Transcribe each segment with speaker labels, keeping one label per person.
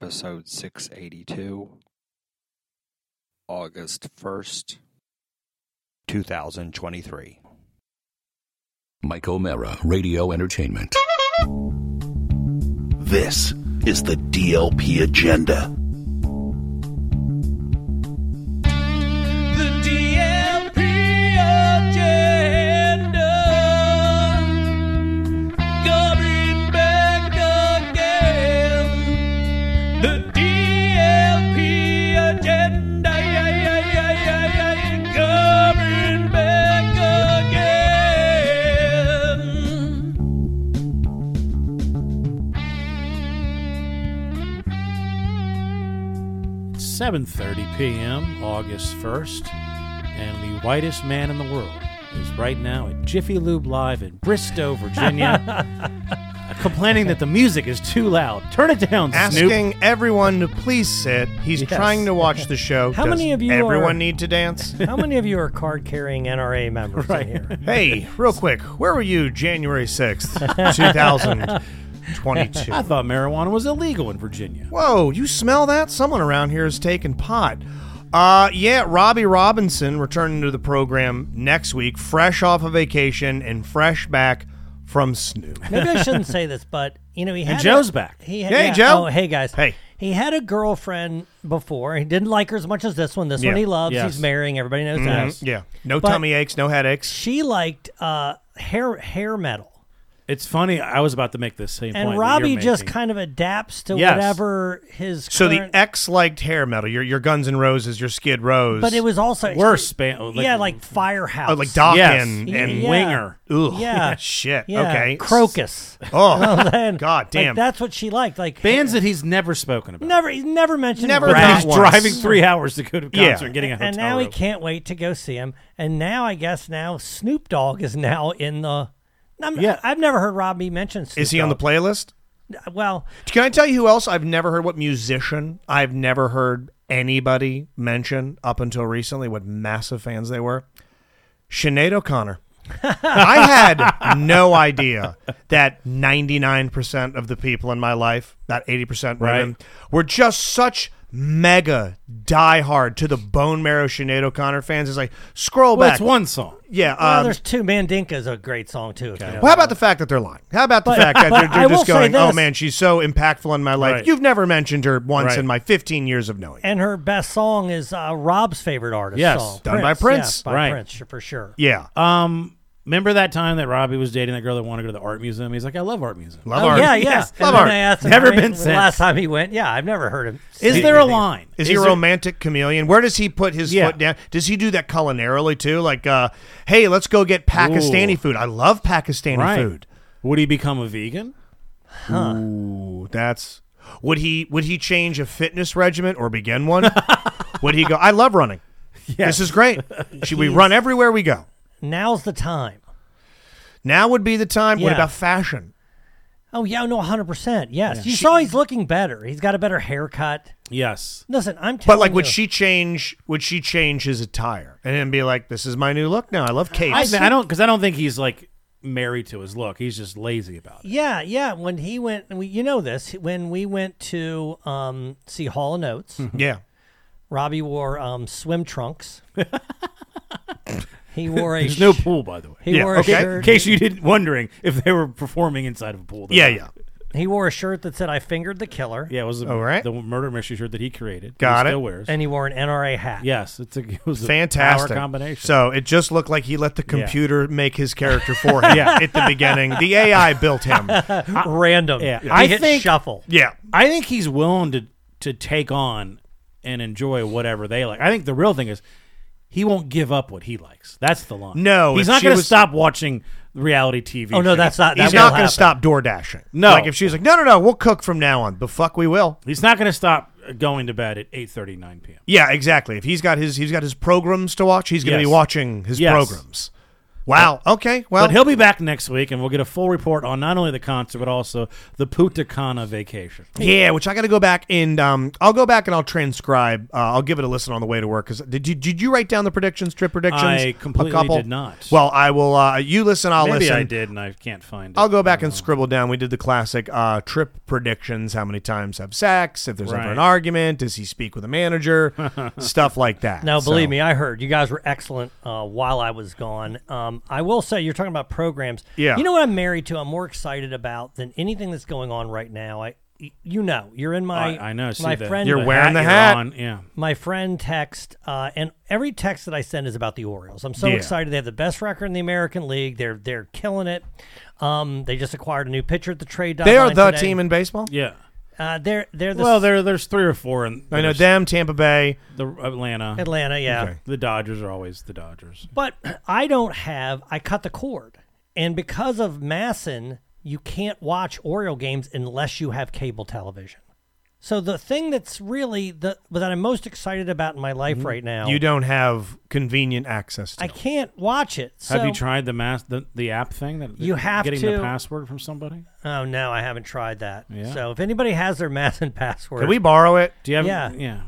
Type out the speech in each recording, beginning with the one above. Speaker 1: episode 682, August 1st, 2023.
Speaker 2: Mike O'Mara, Radio Entertainment.
Speaker 3: This is the DLP Agenda.
Speaker 4: The DLP agenda coming back again. The DLP agenda yeah, yeah, yeah, yeah, yeah, yeah, coming back again.
Speaker 5: It's 7:30 p.m. August 1st, and the whitest man in the world is right now at Jiffy Lube Live in Bristow, Virginia, complaining that the music is too loud. Turn it down, Snoop.
Speaker 6: asking everyone to please sit. He's
Speaker 5: Yes.
Speaker 6: trying to watch the show.
Speaker 7: How
Speaker 6: Does
Speaker 7: many of you
Speaker 6: Everyone
Speaker 7: are-
Speaker 6: need to dance.
Speaker 7: How many of you are card carrying NRA members
Speaker 5: Right.
Speaker 7: in here?
Speaker 6: hey, real quick, where were you January sixth, two thousand twenty-two?
Speaker 5: I thought marijuana was illegal in Virginia.
Speaker 6: Whoa, you smell that? Someone around here is taking pot. Uh, yeah, Robbie Robinson returning to the program next week, fresh off a vacation and fresh back from Snoop.
Speaker 7: Maybe I shouldn't say this, but you know he had
Speaker 5: Joe's
Speaker 7: a,
Speaker 5: back.
Speaker 7: He
Speaker 6: Hey,
Speaker 7: yeah.
Speaker 6: Joe.
Speaker 7: Oh, hey guys.
Speaker 6: Hey.
Speaker 7: He had a girlfriend before. He didn't like her as much as this one. This
Speaker 6: Yeah. Mm-hmm.
Speaker 7: one he loves.
Speaker 5: Yes.
Speaker 7: He's marrying. Everybody knows that.
Speaker 6: Yeah, no
Speaker 7: But-
Speaker 6: tummy aches, no headaches.
Speaker 7: She liked uh, hair hair metal,
Speaker 5: It's funny. I was about to make this same point.
Speaker 7: and
Speaker 5: that
Speaker 7: Robbie
Speaker 5: you're
Speaker 7: just
Speaker 5: making.
Speaker 7: kind of adapts to
Speaker 5: Yes.
Speaker 7: whatever his.
Speaker 6: So the
Speaker 7: current-
Speaker 6: X liked hair metal. Your your Guns N' Roses, your Skid Rose,
Speaker 7: but it was also
Speaker 5: Worse band- like-
Speaker 7: yeah, like Firehouse.
Speaker 6: oh, like Doc
Speaker 5: Yes.
Speaker 6: and,
Speaker 7: Yeah.
Speaker 6: and
Speaker 5: winger.
Speaker 6: Ugh.
Speaker 7: Yeah.
Speaker 6: Ah, Shit.
Speaker 7: Yeah,
Speaker 6: Okay.
Speaker 7: Crocus.
Speaker 6: Oh.
Speaker 7: Then,
Speaker 6: God damn.
Speaker 7: Like, that's what she liked. Like
Speaker 5: bands that he's never spoken about.
Speaker 7: Never, he's never mentioned.
Speaker 6: Never
Speaker 5: But
Speaker 6: Not
Speaker 5: he's
Speaker 6: once.
Speaker 5: driving three hours to go to a concert
Speaker 6: Yeah.
Speaker 5: and getting a hotel
Speaker 7: and now
Speaker 5: room.
Speaker 7: he can't wait to go see him. And now I guess now Snoop Dogg is now in the. I'm,
Speaker 5: Yeah.
Speaker 7: I've never heard Robbie mention. Snoop
Speaker 6: Is he on the
Speaker 7: Dogg. Uh,
Speaker 6: playlist?
Speaker 7: Well,
Speaker 6: Can I tell you who else I've never heard? What musician I've never heard anybody mention up until recently? What massive fans they were. Sinead O'Connor. I had no idea that 99% of the people in my life, that 80% women,
Speaker 5: Right.
Speaker 6: were just such mega diehard to the bone marrow Sinead O'Connor fans. It's like, scroll
Speaker 5: Well,
Speaker 6: back.
Speaker 5: it's one song.
Speaker 6: Yeah.
Speaker 7: well,
Speaker 6: um,
Speaker 7: there's two. Mandinka is a great song too. if you know
Speaker 6: Well, how
Speaker 7: that.
Speaker 6: about the fact that they're lying? How about the
Speaker 7: But-
Speaker 6: fact that
Speaker 7: but
Speaker 6: they're, they're
Speaker 7: I
Speaker 6: just
Speaker 7: will say
Speaker 6: going, oh
Speaker 7: this."
Speaker 6: man, she's so impactful in my life.
Speaker 5: Right.
Speaker 6: You've never mentioned her once
Speaker 5: Right.
Speaker 6: in my 15 years of knowing.
Speaker 7: and her best song is uh, Rob's favorite artist.
Speaker 5: Yes.
Speaker 7: song.
Speaker 6: Done by Prince.
Speaker 7: Yeah, by
Speaker 5: Right.
Speaker 7: Prince for sure.
Speaker 6: yeah.
Speaker 5: Um, remember that time that Robbie was dating that girl that wanted to go to the art museum? He's like, I love art museum.
Speaker 6: Love
Speaker 7: Oh,
Speaker 6: art.
Speaker 7: yeah, yeah.
Speaker 5: Yes.
Speaker 7: And
Speaker 6: Love
Speaker 7: then
Speaker 6: art.
Speaker 7: I asked him,
Speaker 5: Never
Speaker 7: I mean,
Speaker 5: been
Speaker 7: the
Speaker 5: since.
Speaker 7: Last time he went, yeah, I've never heard him.
Speaker 5: Is
Speaker 7: say
Speaker 5: there a
Speaker 7: anything.
Speaker 5: line?
Speaker 6: Is, he a
Speaker 5: there-
Speaker 6: romantic chameleon? Where does he put his
Speaker 5: Yeah.
Speaker 6: foot down? Does he do that culinarily too? Like, uh, hey, let's go get Pakistani
Speaker 5: Ooh.
Speaker 6: food. I love Pakistani
Speaker 5: right.
Speaker 6: food.
Speaker 5: Would he become a vegan?
Speaker 6: Ooh, that's would he would he change a fitness regimen or begin one? would he go? I love running. This is great. Should we run everywhere we go?
Speaker 7: Now's the time.
Speaker 6: Now would be the time. What
Speaker 7: Yeah.
Speaker 6: about fashion?
Speaker 7: Oh yeah, no, 100. percent Yes, you saw he's looking better. He's got a better haircut.
Speaker 5: Yes.
Speaker 7: Listen, I'm.
Speaker 6: But
Speaker 7: telling
Speaker 6: like, would
Speaker 7: you.
Speaker 6: she change? Would she change his attire and then be like, "This is my new look now. I love capes."
Speaker 5: I, I don't because I don't think he's like married to his look. He's just lazy about it.
Speaker 7: Yeah, yeah. When he went, and we, you know this. When we went to um, see Hall and Oates,
Speaker 6: yeah,
Speaker 7: Robbie wore um, swim trunks. he wore a.
Speaker 5: There's no
Speaker 7: sh-
Speaker 5: pool, by the way.
Speaker 7: He
Speaker 6: Yeah,
Speaker 7: wore a
Speaker 6: okay.
Speaker 5: In
Speaker 7: shirt.
Speaker 5: case you didn't wondering if they were performing inside of a pool.
Speaker 6: yeah, yeah.
Speaker 7: He wore a shirt that said "I fingered the killer,"
Speaker 5: Yeah, it was the,
Speaker 6: All right.
Speaker 5: the murder mystery shirt that he created. that
Speaker 6: Got
Speaker 5: he
Speaker 6: it.
Speaker 5: Still wears.
Speaker 7: and he wore an NRA hat.
Speaker 5: yes, it's a it was a
Speaker 6: Fantastic
Speaker 5: power combination.
Speaker 6: So it just looked like he let the computer make his character for him. yeah, at the beginning, the AI built him.
Speaker 7: random.
Speaker 5: Yeah.
Speaker 7: He
Speaker 5: I
Speaker 7: hit
Speaker 5: think-
Speaker 7: shuffle.
Speaker 6: Yeah,
Speaker 5: I think he's willing to to take on and enjoy whatever they like. I think the real thing is he won't give up what he likes. That's the line.
Speaker 6: No,
Speaker 5: he's
Speaker 6: if
Speaker 5: not
Speaker 6: she
Speaker 5: going to
Speaker 6: was-
Speaker 5: stop watching reality TV.
Speaker 7: Oh no,
Speaker 5: shows.
Speaker 7: that's not. That
Speaker 6: he's
Speaker 7: will
Speaker 6: not going
Speaker 7: happen.
Speaker 6: to stop door dashing.
Speaker 5: No.
Speaker 6: like if she's like, "No, no, no, we'll cook from now on." The fuck, we will.
Speaker 5: He's not going to stop going to bed at 8:30, 9 p.m.
Speaker 6: Yeah, exactly. If he's got his he's got his programs to watch, he's going to
Speaker 5: Yes.
Speaker 6: be watching his
Speaker 5: Yes.
Speaker 6: programs. Wow. Okay. Well,
Speaker 5: but he'll be back next week, and we'll get a full report on not only the concert but also the Punta Cana vacation.
Speaker 6: yeah, which I got to go back and um, I'll go back and I'll transcribe. Uh, I'll give it a listen on the way to work. Because did you did you write down the predictions, trip predictions?
Speaker 5: I completely
Speaker 6: a couple?
Speaker 5: did not.
Speaker 6: Well, I will. Uh, you listen. I'll
Speaker 5: Maybe
Speaker 6: listen.
Speaker 5: I did, and I can't find it.
Speaker 6: I'll go
Speaker 5: I
Speaker 6: back
Speaker 5: don't
Speaker 6: and scribble down. We did the classic uh, trip predictions: how many times have sex, if there's ever
Speaker 5: Right.
Speaker 6: an argument, does he speak with a manager, stuff like that.
Speaker 7: No, believe
Speaker 6: So-
Speaker 7: me, I heard you guys were excellent uh, while I was gone. Um, I will say you're talking about programs.
Speaker 6: Yeah.
Speaker 7: You know what I'm married to? I'm more excited about than anything that's going on right now. I, y- you know, you're in
Speaker 5: know.
Speaker 7: my.
Speaker 5: I, I know. See
Speaker 7: my
Speaker 5: the-
Speaker 7: friend.
Speaker 6: You're
Speaker 5: the
Speaker 6: wearing the
Speaker 5: you're
Speaker 6: hat.
Speaker 5: on, Yeah.
Speaker 7: my friend text, uh, and every text that I send is about the Orioles. I'm so
Speaker 6: Yeah.
Speaker 7: excited. They have the best record in the American League. They're they're killing it. Um, they just acquired a new pitcher at the trade
Speaker 6: they are
Speaker 7: deadline.
Speaker 6: the
Speaker 7: today.
Speaker 6: team in baseball.
Speaker 5: Yeah.
Speaker 7: Uh, they're they're the
Speaker 5: well, there there's three or four, and
Speaker 6: I know them, Tampa Bay.
Speaker 5: the Atlanta,
Speaker 7: Atlanta, yeah.
Speaker 5: The Dodgers are always the Dodgers.
Speaker 7: But I don't have. I cut the cord, and because of Masson, you can't watch Oriole games unless you have cable television. So the thing that's really the that I'm most excited about in my life right now,
Speaker 6: Mm-hmm. You don't have convenient access to.
Speaker 7: I can't watch it. So,
Speaker 5: have you tried the mass the, the app thing that
Speaker 7: You have
Speaker 5: getting
Speaker 7: to-
Speaker 5: the password from somebody?
Speaker 7: Oh no, I haven't tried that.
Speaker 5: Yeah.
Speaker 7: So if anybody has their Masson password,
Speaker 6: Can we borrow it?
Speaker 5: Do you have
Speaker 7: Yeah.
Speaker 5: yeah.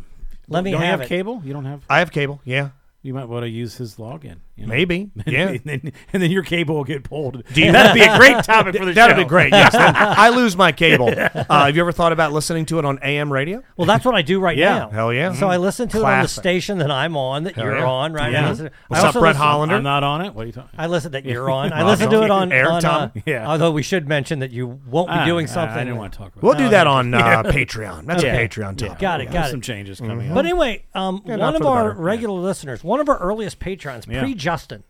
Speaker 7: let me
Speaker 5: you don't
Speaker 7: have,
Speaker 5: have,
Speaker 7: it.
Speaker 5: cable? You don't have
Speaker 6: I have cable. Yeah,
Speaker 5: you might want to use his login. you know?
Speaker 6: maybe. Yeah.
Speaker 5: and, then, and then your cable will get pulled.
Speaker 6: Do you, that'd be a great topic for the that'd be great. Yes, Then I lose my cable. Uh, have you ever thought about listening to it on AM radio?
Speaker 7: Well, that's what I do right
Speaker 6: Yeah,
Speaker 7: now.
Speaker 6: hell yeah.
Speaker 7: So I listen to it on the
Speaker 6: Classic.
Speaker 7: station that I'm on, that you're
Speaker 6: yeah.
Speaker 7: on right
Speaker 5: Yeah.
Speaker 7: now.
Speaker 5: What's
Speaker 7: I
Speaker 6: up,
Speaker 7: also
Speaker 6: Brett
Speaker 7: listen-
Speaker 6: Holland? Hollander?
Speaker 5: I'm not on it. What are you talking?
Speaker 7: I listen that you're on. I
Speaker 5: Rob
Speaker 7: listen to it on.
Speaker 6: Eric
Speaker 7: on,
Speaker 6: Tom?
Speaker 7: uh,
Speaker 5: Yeah.
Speaker 7: Although we should mention that you won't be
Speaker 5: Ah,
Speaker 7: doing
Speaker 5: I-
Speaker 7: something.
Speaker 5: I, didn't want to talk about.
Speaker 6: We'll
Speaker 5: that.
Speaker 6: do that on uh, Patreon. That's a Patreon topic.
Speaker 7: Got it.
Speaker 5: There's
Speaker 7: Got it.
Speaker 5: some changes coming
Speaker 6: Mm-hmm.
Speaker 5: up.
Speaker 7: But anyway, um,
Speaker 6: not
Speaker 7: one
Speaker 6: for
Speaker 7: of
Speaker 6: the
Speaker 7: our
Speaker 6: better. Yeah.
Speaker 7: regular listeners, one of our earliest patrons,
Speaker 5: Yeah.
Speaker 7: pre Justin,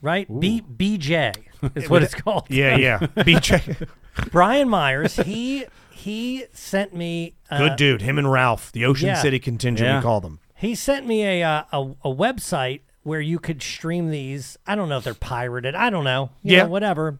Speaker 7: right? B BJ is what it's called.
Speaker 6: Yeah, yeah. BJ,
Speaker 7: Brian Myers. He he sent me. Uh,
Speaker 6: good dude. Him and Ralph, the Ocean
Speaker 7: yeah.
Speaker 6: City contingent,
Speaker 5: Yeah.
Speaker 6: we call them.
Speaker 7: He sent me a, uh, a a website where you could stream these. I don't know if they're pirated. I don't know. You
Speaker 6: Yeah.
Speaker 7: know, whatever.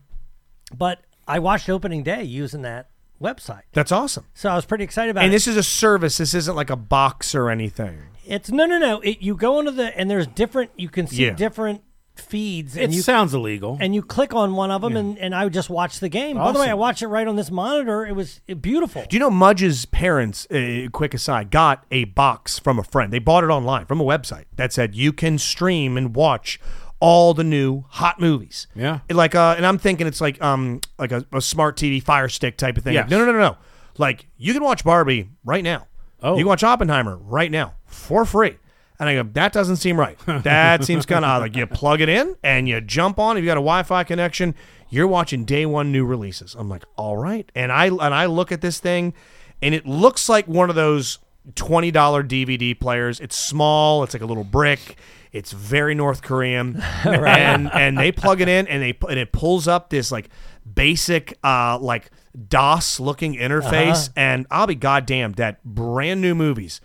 Speaker 7: But I watched opening day using that website,
Speaker 6: That's awesome.
Speaker 7: so I was pretty excited about
Speaker 6: And
Speaker 7: it.
Speaker 6: this is a service. This isn't like a box or anything.
Speaker 7: it's no, no, no. It, you go into the and there's different. You can see
Speaker 6: Yeah.
Speaker 7: different feeds,
Speaker 5: it
Speaker 7: and you
Speaker 5: sounds illegal.
Speaker 7: and you click on one of them, and and I would just watch the game. By the way, I
Speaker 5: Awesome.
Speaker 7: watched it right on this monitor. It was uh, beautiful.
Speaker 6: Do you know Mudge's parents, uh, quick aside, got a box from a friend? They bought it online from a website that said you can stream and watch all the new hot movies.
Speaker 5: Yeah.
Speaker 6: Like uh and I'm thinking it's like um like a, a smart TV fire stick type of thing.
Speaker 5: Yes.
Speaker 6: No, no, no, no, no. Like you can watch Barbie right now.
Speaker 5: Oh.
Speaker 6: You can watch Oppenheimer right now for free. And I go, that doesn't seem right. That seems kind of odd. Like you plug it in and you jump on. If you got a Wi-Fi connection, you're watching day one new releases. I'm like, all right. And I and I look at this thing, and it looks like one of those twenty dollar DVD players. It's small. It's like a little brick. It's very North Korean. And and they plug it in and they and it pulls up this like basic uh like DOS looking interface.
Speaker 5: Uh-huh.
Speaker 6: And I'll be goddamned that brand new movies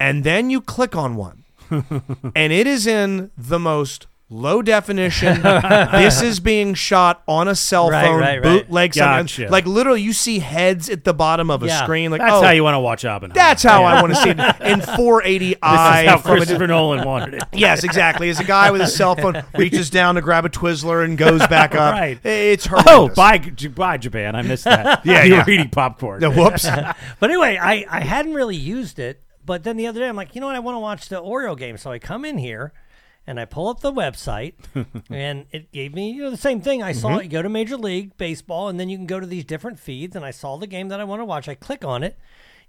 Speaker 6: and then you click on one and it is in the most low definition this is being shot on a cell
Speaker 7: Right,
Speaker 6: phone
Speaker 7: right, right.
Speaker 6: bootleg sound.
Speaker 5: Gotcha.
Speaker 6: like literally you see heads at the bottom of a
Speaker 7: Yeah.
Speaker 6: screen like
Speaker 5: that's
Speaker 6: oh
Speaker 5: how you want to watch Oppenheimer.
Speaker 6: that's how
Speaker 5: Yeah.
Speaker 6: i want to see it in 480i
Speaker 5: That's how
Speaker 6: from a-
Speaker 5: Christopher Nolan wanted it.
Speaker 6: yes exactly as a guy with a cell phone reaches down to grab a twizzler and goes back up
Speaker 5: Right.
Speaker 6: it's
Speaker 5: Oh,
Speaker 6: horrendous.
Speaker 5: bye, J- bye, Japan. I missed that.
Speaker 6: Yeah,
Speaker 5: you
Speaker 6: yeah.
Speaker 5: were eating popcorn.
Speaker 6: The whoops
Speaker 7: But anyway, I, I hadn't really used it. But then the other day, I'm like, you know what? I want to watch the Oreo game. So I come in here and I pull up the website and it gave me, you know, the same thing. I saw it. You go to Major League Baseball and then you can go to these different feeds. And I saw the game that I want to watch. I click on it.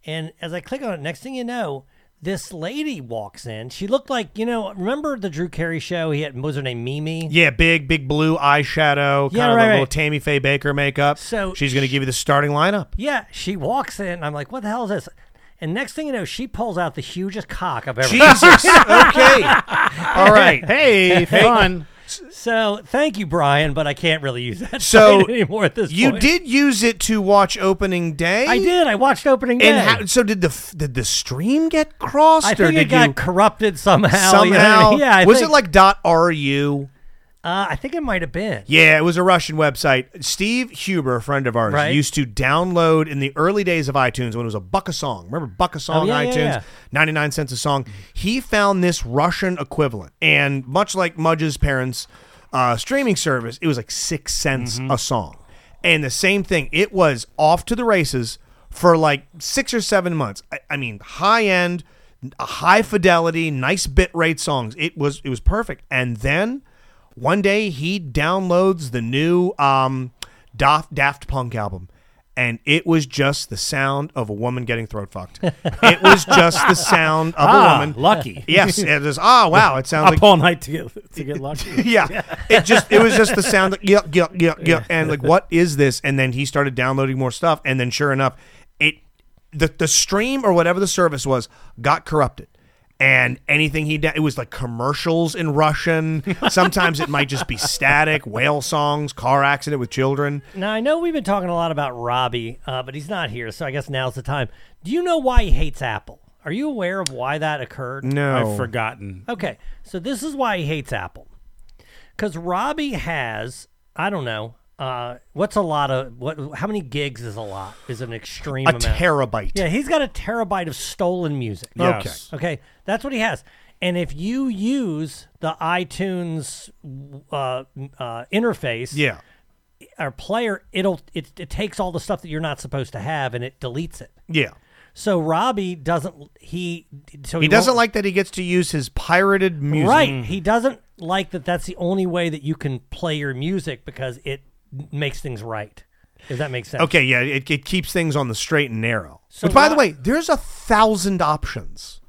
Speaker 7: And as I click on it, next thing you know, this lady walks in. She looked like, you know, remember the Drew Carey show? He had, what was her name? Mimi?
Speaker 6: Yeah, big, big blue eyeshadow, kind
Speaker 7: Yeah,
Speaker 6: of
Speaker 7: right,
Speaker 6: a little
Speaker 7: right.
Speaker 6: Tammy Faye Baker makeup.
Speaker 7: So
Speaker 6: she's going to give you the starting lineup.
Speaker 7: Yeah, she walks in. and I'm like, what the hell is this? And next thing you know, she pulls out the hugest cock I've ever
Speaker 6: Jesus. okay. All right.
Speaker 5: Hey, fun.
Speaker 7: So thank you, Brian, but I can't really use that
Speaker 6: So,
Speaker 7: site anymore at this
Speaker 6: You
Speaker 7: point.
Speaker 6: did use it to watch opening day.
Speaker 7: I did. I watched opening day.
Speaker 6: And how, so did the f- did the stream get crossed
Speaker 7: I
Speaker 6: or
Speaker 7: think
Speaker 6: did
Speaker 7: it got
Speaker 6: you
Speaker 7: corrupted somehow. you know what I
Speaker 6: somehow?
Speaker 7: mean? yeah. I
Speaker 6: was
Speaker 7: think-
Speaker 6: it like dot .ru?
Speaker 7: Uh, I think it might have been.
Speaker 6: Yeah, it was a Russian website. Steve Huber, a friend of ours,
Speaker 7: Right.
Speaker 6: used to download in the early days of iTunes when it was a buck a song. Remember buck a song
Speaker 7: Oh, yeah, yeah,
Speaker 6: iTunes,
Speaker 7: yeah.
Speaker 6: 99 cents a song. He found this Russian equivalent. And much like Mudge's parents, uh, streaming service, it was like six cents
Speaker 7: Mm-hmm.
Speaker 6: a song. And the same thing, it was off to the races for like six or seven months. I, I mean, high end, high fidelity, nice bit rate songs. It was it was perfect. And then one day he downloads the new um, Daft, Daft Punk album, and it was just the sound of a woman getting throat fucked. it was just the sound of
Speaker 5: Ah,
Speaker 6: a woman.
Speaker 5: lucky.
Speaker 6: Yes, it was. Ah, wow! It sounds
Speaker 5: Up
Speaker 6: like
Speaker 5: all night to get to get lucky.
Speaker 6: yeah. It just it was just the sound like yuck yuck yuck yuck and like what is this? And then he started downloading more stuff and then sure enough, it the the stream or whatever the service was got corrupted. And anything he did, it was like commercials in Russian. Sometimes it might just be static, whale songs, car accident with children.
Speaker 7: Now I know we've been talking a lot about Robbie, uh, but he's not here, so I guess now's the time. Do you know why he hates Apple? Are you aware of why that occurred?
Speaker 6: No,
Speaker 5: I've forgotten.
Speaker 7: Okay, so this is why he hates Apple, because Robbie has I don't know uh, what's a lot of what? How many gigs is a lot? Is an extreme
Speaker 6: a
Speaker 7: amount.
Speaker 6: terabyte.
Speaker 7: yeah, he's got a terabyte of stolen music.
Speaker 5: Yes.
Speaker 7: Okay, that's what he has. And if you use the iTunes uh, uh, interface,
Speaker 6: yeah.
Speaker 7: our player it'll it, it takes all the stuff that you're not supposed to have and it deletes it
Speaker 6: Yeah.
Speaker 7: so robbie doesn't he so
Speaker 6: He doesn't
Speaker 7: won't-
Speaker 6: like that he gets to use his pirated music. Mm-hmm.
Speaker 7: right he doesn't like that that's the only way that you can play your music because it makes things right if that makes sense
Speaker 6: Okay, yeah, it, it keeps things on the straight and narrow.
Speaker 7: So
Speaker 6: Which, by the
Speaker 7: why-
Speaker 6: way, there's a thousand options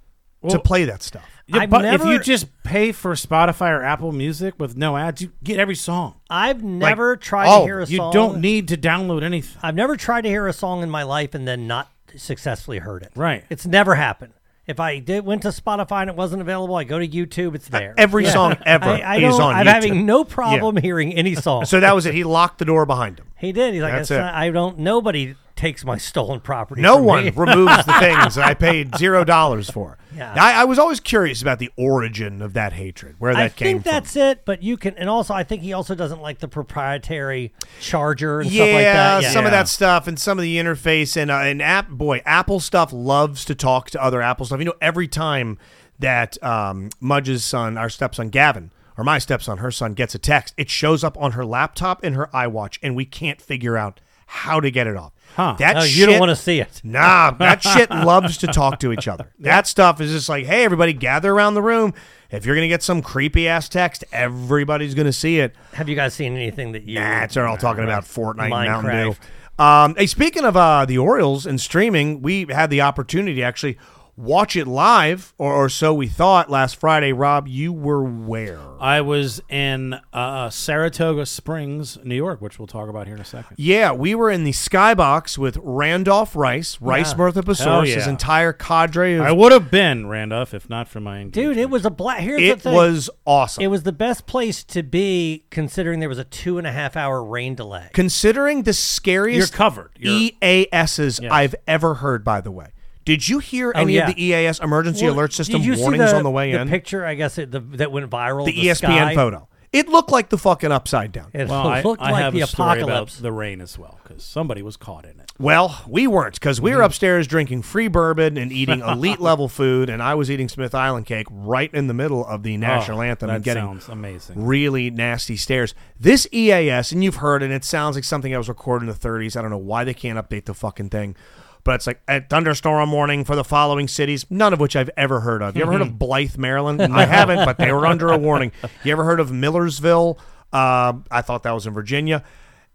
Speaker 6: to play that stuff.
Speaker 5: Yeah,
Speaker 7: I've
Speaker 5: but if
Speaker 7: never-
Speaker 5: you just pay for Spotify or Apple Music with no ads, you get every song.
Speaker 7: i've never tried to
Speaker 6: oh,
Speaker 7: hear a
Speaker 5: You
Speaker 7: song
Speaker 5: don't need to download anything.
Speaker 7: i've never tried to hear a song in my life and then not successfully heard it
Speaker 5: Right.
Speaker 7: it's never happened if I did went to Spotify and it wasn't available, I go to YouTube. It's there.
Speaker 6: Uh, Every song ever
Speaker 7: I, I
Speaker 6: is
Speaker 7: don't,
Speaker 6: on
Speaker 7: I'm
Speaker 6: YouTube.
Speaker 7: having no problem hearing any song.
Speaker 6: So that was it. He locked the door behind him.
Speaker 7: He did. He's like,
Speaker 6: That's
Speaker 7: "It's
Speaker 6: it.
Speaker 7: not- I don't. Nobody takes my stolen property.
Speaker 6: No
Speaker 7: from
Speaker 6: one
Speaker 7: me."
Speaker 6: removes the things that I paid zero dollars for.
Speaker 7: Yeah.
Speaker 6: I, I was always curious about the origin of that hatred, where that
Speaker 7: I
Speaker 6: came
Speaker 7: think that's
Speaker 6: from.
Speaker 7: it. But you can, and also, I think he also doesn't like the proprietary charger and
Speaker 6: yeah,
Speaker 7: stuff like that. Yeah,
Speaker 6: some of
Speaker 5: Yeah.
Speaker 6: that stuff and some of the interface and uh, and app. Boy, Apple stuff loves to talk to other Apple stuff. You know, every time that um, Mudge's son, our stepson Gavin, or my stepson, her son, gets a text, it shows up on her laptop and her iWatch, and we can't figure out how to get it off.
Speaker 5: Huh.
Speaker 6: That
Speaker 7: No, you
Speaker 6: shit-
Speaker 7: don't want to see it.
Speaker 6: Nah, that shit loves to talk to each other. That stuff is just like, hey, everybody, gather around the room. If you're gonna get some creepy ass text, everybody's gonna see it.
Speaker 7: Have you guys seen anything that you?
Speaker 6: Nah, it's all talking about Fortnite, and Mountain
Speaker 7: Minecraft.
Speaker 6: Dew. Um, hey, speaking of uh, the Orioles and streaming, we had the opportunity to actually watch it live, or, or so we thought last Friday. Rob, you were where?
Speaker 7: Uh,
Speaker 5: I was in uh, Saratoga Springs, New York, which we'll talk about here in a second.
Speaker 6: Yeah, we were in the skybox with Randolph Rice, Rice Mirtha Pesaurus, his
Speaker 5: yeah.
Speaker 6: entire cadre. Of,
Speaker 5: I would have been Randolph if not for my engagement.
Speaker 7: Dude, it was a black. Here's the
Speaker 6: it
Speaker 7: thing.
Speaker 6: was awesome.
Speaker 7: It was the best place to be, considering there was a two and a half hour rain delay.
Speaker 6: Considering the scariest
Speaker 5: You're covered.
Speaker 7: e-
Speaker 5: You're-
Speaker 6: EASs I've ever heard, by the way. Did you hear any
Speaker 7: Oh, yeah.
Speaker 6: of the EAS emergency
Speaker 7: Well,
Speaker 6: alert
Speaker 7: did
Speaker 6: system
Speaker 7: you see
Speaker 6: warnings on the way in?
Speaker 7: picture, I guess, it, the, that went viral.
Speaker 6: the, E
Speaker 7: of
Speaker 6: ESPN
Speaker 7: sky.
Speaker 6: photo. It looked like the fucking upside down.
Speaker 7: It
Speaker 5: Well, uh, I,
Speaker 7: looked
Speaker 5: I
Speaker 7: like
Speaker 5: have
Speaker 7: the
Speaker 5: a story
Speaker 7: apocalypse.
Speaker 5: about the rain as well because somebody was caught in it.
Speaker 6: Well, we weren't because we were upstairs drinking free bourbon and eating elite level food, and I was eating Smith Island cake right in the middle of the national
Speaker 5: Oh,
Speaker 6: anthem
Speaker 5: That
Speaker 6: and getting
Speaker 5: sounds amazing.
Speaker 6: really nasty stairs. This EAS, and you've heard, and it sounds like something that was recorded in the 30s. I don't know why they can't update the fucking thing, but it's like a thunderstorm warning for the following cities, none of which I've ever heard of. You ever heard
Speaker 5: Mm-hmm.
Speaker 6: of Blythe, Maryland? I haven't, but they were under a warning. You ever heard of Millersville? Uh, I thought that was in Virginia,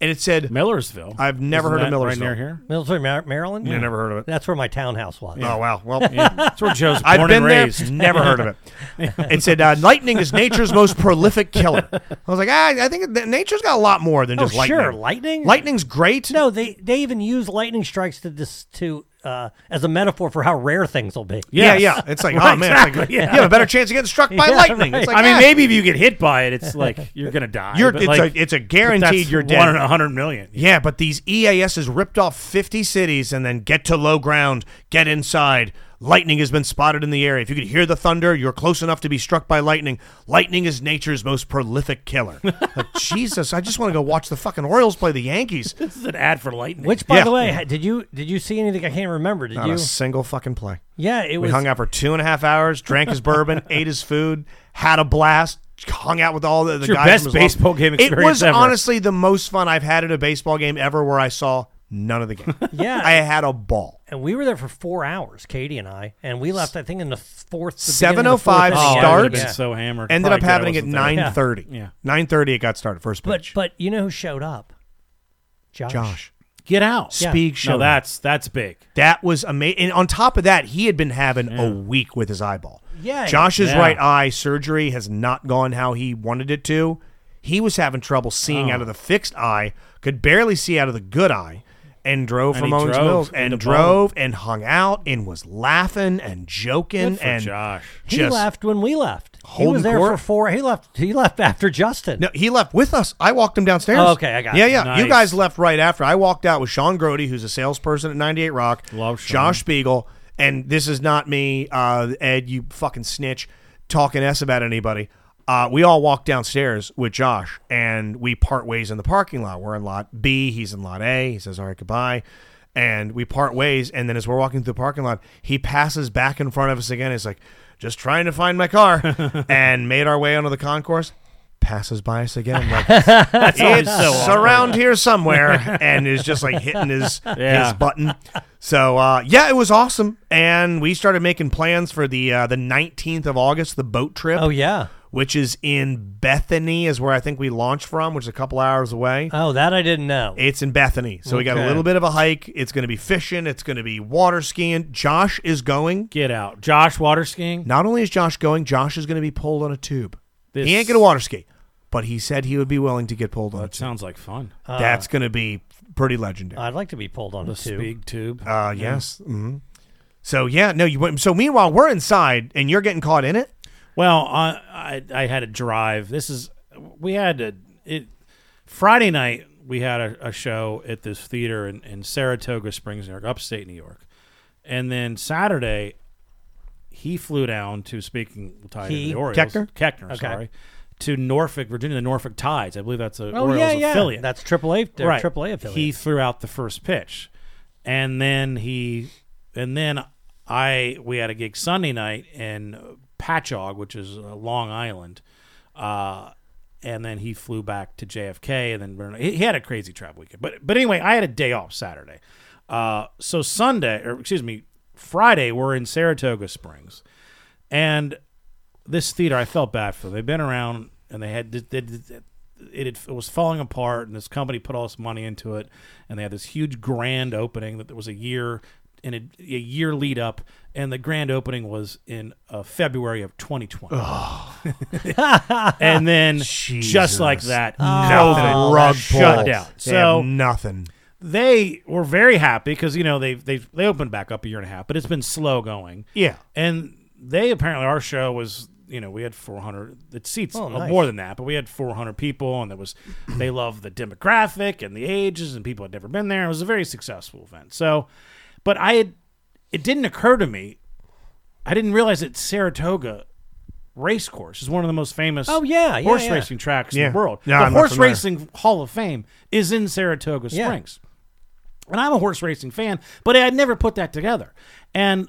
Speaker 6: and it said
Speaker 5: Millersville.
Speaker 6: I've never
Speaker 5: Isn't
Speaker 6: heard of
Speaker 5: that
Speaker 6: Millersville.
Speaker 5: Right near here.
Speaker 7: Military, Mar- Maryland.
Speaker 6: I never heard of it.
Speaker 7: That's where my townhouse was.
Speaker 6: Oh wow! Well,
Speaker 5: That's where Joe's born
Speaker 6: I've been
Speaker 5: and raised.
Speaker 6: there. Never heard of it. It said uh, lightning is nature's most prolific killer. I was like, ah, I think that nature's got a lot more than
Speaker 7: Oh,
Speaker 6: just lightning.
Speaker 7: sure, lightning?
Speaker 6: Lightning's great.
Speaker 7: No, they they even use lightning strikes to dis, to uh, as a metaphor for how rare things will be.
Speaker 6: Yeah,
Speaker 5: Yes.
Speaker 6: yeah. It's like, oh man, it's like,
Speaker 5: exactly,
Speaker 6: you
Speaker 5: yeah.
Speaker 6: have a better chance of getting struck by
Speaker 7: Yeah,
Speaker 6: lightning. It's
Speaker 7: right.
Speaker 6: like,
Speaker 5: I mean,
Speaker 6: yeah,
Speaker 5: maybe if you get hit by it, it's like you're gonna die.
Speaker 6: You're,
Speaker 5: but
Speaker 6: it's,
Speaker 5: like,
Speaker 6: a, it's a
Speaker 5: but
Speaker 6: guaranteed
Speaker 5: that's
Speaker 6: you're dead.
Speaker 5: One in a hundred million.
Speaker 6: Yeah, but these EASs ripped off 50 cities and then get to low ground, get inside. Lightning has been spotted in the area. If you could hear the thunder, you're close enough to be struck by lightning. Lightning is nature's most prolific killer. Like, Jesus, I just want to go watch the fucking Orioles play the Yankees.
Speaker 5: This is an ad for lightning.
Speaker 7: Which, by
Speaker 6: Yeah.
Speaker 7: the way, ha- did you did you see anything? I can't remember. Did
Speaker 6: Not
Speaker 7: you?
Speaker 6: a single fucking play.
Speaker 7: yeah, it
Speaker 6: We
Speaker 7: was.
Speaker 6: hung out for two and a half hours, drank his bourbon, ate his food, had a blast, hung out with all the, the
Speaker 5: your
Speaker 6: guys.
Speaker 5: best
Speaker 6: from his law-
Speaker 5: baseball game
Speaker 6: It
Speaker 5: experience
Speaker 6: was
Speaker 5: ever.
Speaker 6: honestly the most fun I've had at a baseball game ever, where I saw none of the game.
Speaker 7: Yeah.
Speaker 6: I had a ball.
Speaker 7: and we were there for four hours, Katie and I, and we left. I think in the fourth, the beginning of the
Speaker 6: 7:05
Speaker 7: fourth inning.
Speaker 5: I would've
Speaker 6: starts.
Speaker 5: been so hammered.
Speaker 6: Ended
Speaker 5: Probably
Speaker 6: up
Speaker 5: good I
Speaker 6: happening at
Speaker 5: wasn't there.
Speaker 6: nine thirty.
Speaker 5: Yeah.
Speaker 6: nine thirty. It got started first
Speaker 7: But
Speaker 6: pitch.
Speaker 7: but you know who showed up? Josh.
Speaker 6: Josh,
Speaker 5: Get out.
Speaker 7: Yeah.
Speaker 6: Speak show.
Speaker 5: No, that's that's big.
Speaker 6: That was amazing. And on top of that, he had been having a week with his eyeball.
Speaker 7: Yeah.
Speaker 6: Josh's
Speaker 5: Yeah.
Speaker 6: right eye surgery has not gone how he wanted it to. He was having trouble seeing
Speaker 5: Oh.
Speaker 6: out of the fixed eye, could barely see out of the good eye, and drove
Speaker 5: And
Speaker 6: from
Speaker 5: he
Speaker 6: Owens
Speaker 5: drove
Speaker 6: Mills
Speaker 5: into
Speaker 6: and
Speaker 5: Bowling.
Speaker 6: drove and hung out and was laughing and joking
Speaker 5: Good for
Speaker 6: and
Speaker 5: Josh.
Speaker 7: He
Speaker 6: just-
Speaker 7: left when we left. He
Speaker 6: Holding
Speaker 7: was there
Speaker 6: court.
Speaker 7: for four. He left. He left after Justin.
Speaker 6: No, he left with us. I walked him downstairs.
Speaker 7: Oh, okay, I got
Speaker 6: Yeah,
Speaker 7: it.
Speaker 6: yeah. You
Speaker 5: Nice.
Speaker 6: guys left right after. I walked out with Sean Grody, who's a salesperson at 98 Rock.
Speaker 5: Love Sean.
Speaker 6: Josh Spiegel, and this is not me, uh, Ed. You fucking snitch, talking s about anybody. Uh, we all walked downstairs with Josh, and we part ways in the parking lot. We're in lot B. He's in lot A. He says, "All right, goodbye." And we part ways, and then as we're walking through the parking lot, he passes back in front of us again. He's like, "Just trying to find my car," and made our way onto the concourse. Passes by us again, like it's around here somewhere and is just like hitting his
Speaker 5: Yeah.
Speaker 6: his button. So uh, yeah, it was awesome, and we started making plans for the uh, the nineteenth of August, the boat trip,
Speaker 7: Oh yeah.
Speaker 6: which is in Bethany, is where I think we launched from, which is a couple hours away.
Speaker 7: Oh, that I didn't know.
Speaker 6: It's in Bethany, so we got a
Speaker 7: Okay.
Speaker 6: little bit of a hike. It's going to be fishing. It's going to be water skiing. Josh is going.
Speaker 5: Get out. Josh water skiing.
Speaker 6: Not only is Josh going, Josh is going to be pulled on a tube.
Speaker 5: This-
Speaker 6: He ain't going to water ski, but he said he would be willing to get pulled on a
Speaker 5: That
Speaker 6: tube.
Speaker 5: sounds uh, like fun.
Speaker 6: That's going to be pretty legendary.
Speaker 7: I'd like to be pulled on
Speaker 5: The
Speaker 7: a two.
Speaker 5: speed tube.
Speaker 6: Uh, yes. hmm So yeah, no, you went. So meanwhile, we're inside, and you're getting caught in it.
Speaker 5: Well, I, I I had a drive. This is we had a it Friday night. We had a, a show at this theater in, in Saratoga Springs, New York, upstate New York, and then Saturday he flew down to speaking we'll tie it into
Speaker 7: He?
Speaker 5: the Orioles
Speaker 6: Koechner?
Speaker 5: Koechner,
Speaker 7: Okay.
Speaker 5: sorry to Norfolk, Virginia, the Norfolk Tides. I believe that's a
Speaker 7: Oh
Speaker 5: Orioles
Speaker 7: yeah, yeah.
Speaker 5: affiliate.
Speaker 7: That's Triple A. their
Speaker 5: right.
Speaker 7: Triple A affiliate.
Speaker 5: He threw out the first pitch, and then he, and then I, we had a gig Sunday night in Patchogue, which is uh, Long Island, uh, and then he flew back to JFK, and then we're- he he had a crazy travel weekend. But but anyway, I had a day off Saturday, uh, so Sunday, or excuse me, Friday, we're in Saratoga Springs, and this theater I felt bad for. them. They've been around and they had they, they- it, had, it was falling apart and this company put all this money into it and they had this huge grand opening that there was a year in a, a year lead up and the grand opening was in uh, February of 2020. and then just like that COVID shut
Speaker 6: rug pull.
Speaker 5: down.
Speaker 6: They have
Speaker 5: So
Speaker 6: nothing.
Speaker 5: they were very happy because you know they they they opened back up a year and a half, but it's been slow going.
Speaker 6: Yeah.
Speaker 5: and they apparently our show was you know we had 400 it seats
Speaker 7: Oh,
Speaker 5: uh,
Speaker 7: nice.
Speaker 5: more than that, but we had 400 people, and it was they loved the demographic and the ages, and people had never been there. It was a very successful event. So, but I had it didn't occur to me, I didn't realize that Saratoga race course is one of the most famous
Speaker 7: Oh, yeah, yeah,
Speaker 5: horse
Speaker 7: yeah.
Speaker 5: racing tracks
Speaker 6: Yeah.
Speaker 5: in the world.
Speaker 6: No,
Speaker 5: the
Speaker 6: I'm not
Speaker 5: horse
Speaker 6: familiar.
Speaker 5: racing hall of fame is in Saratoga
Speaker 7: Yeah.
Speaker 5: Springs. And I'm a horse racing fan, but I had never put that together. And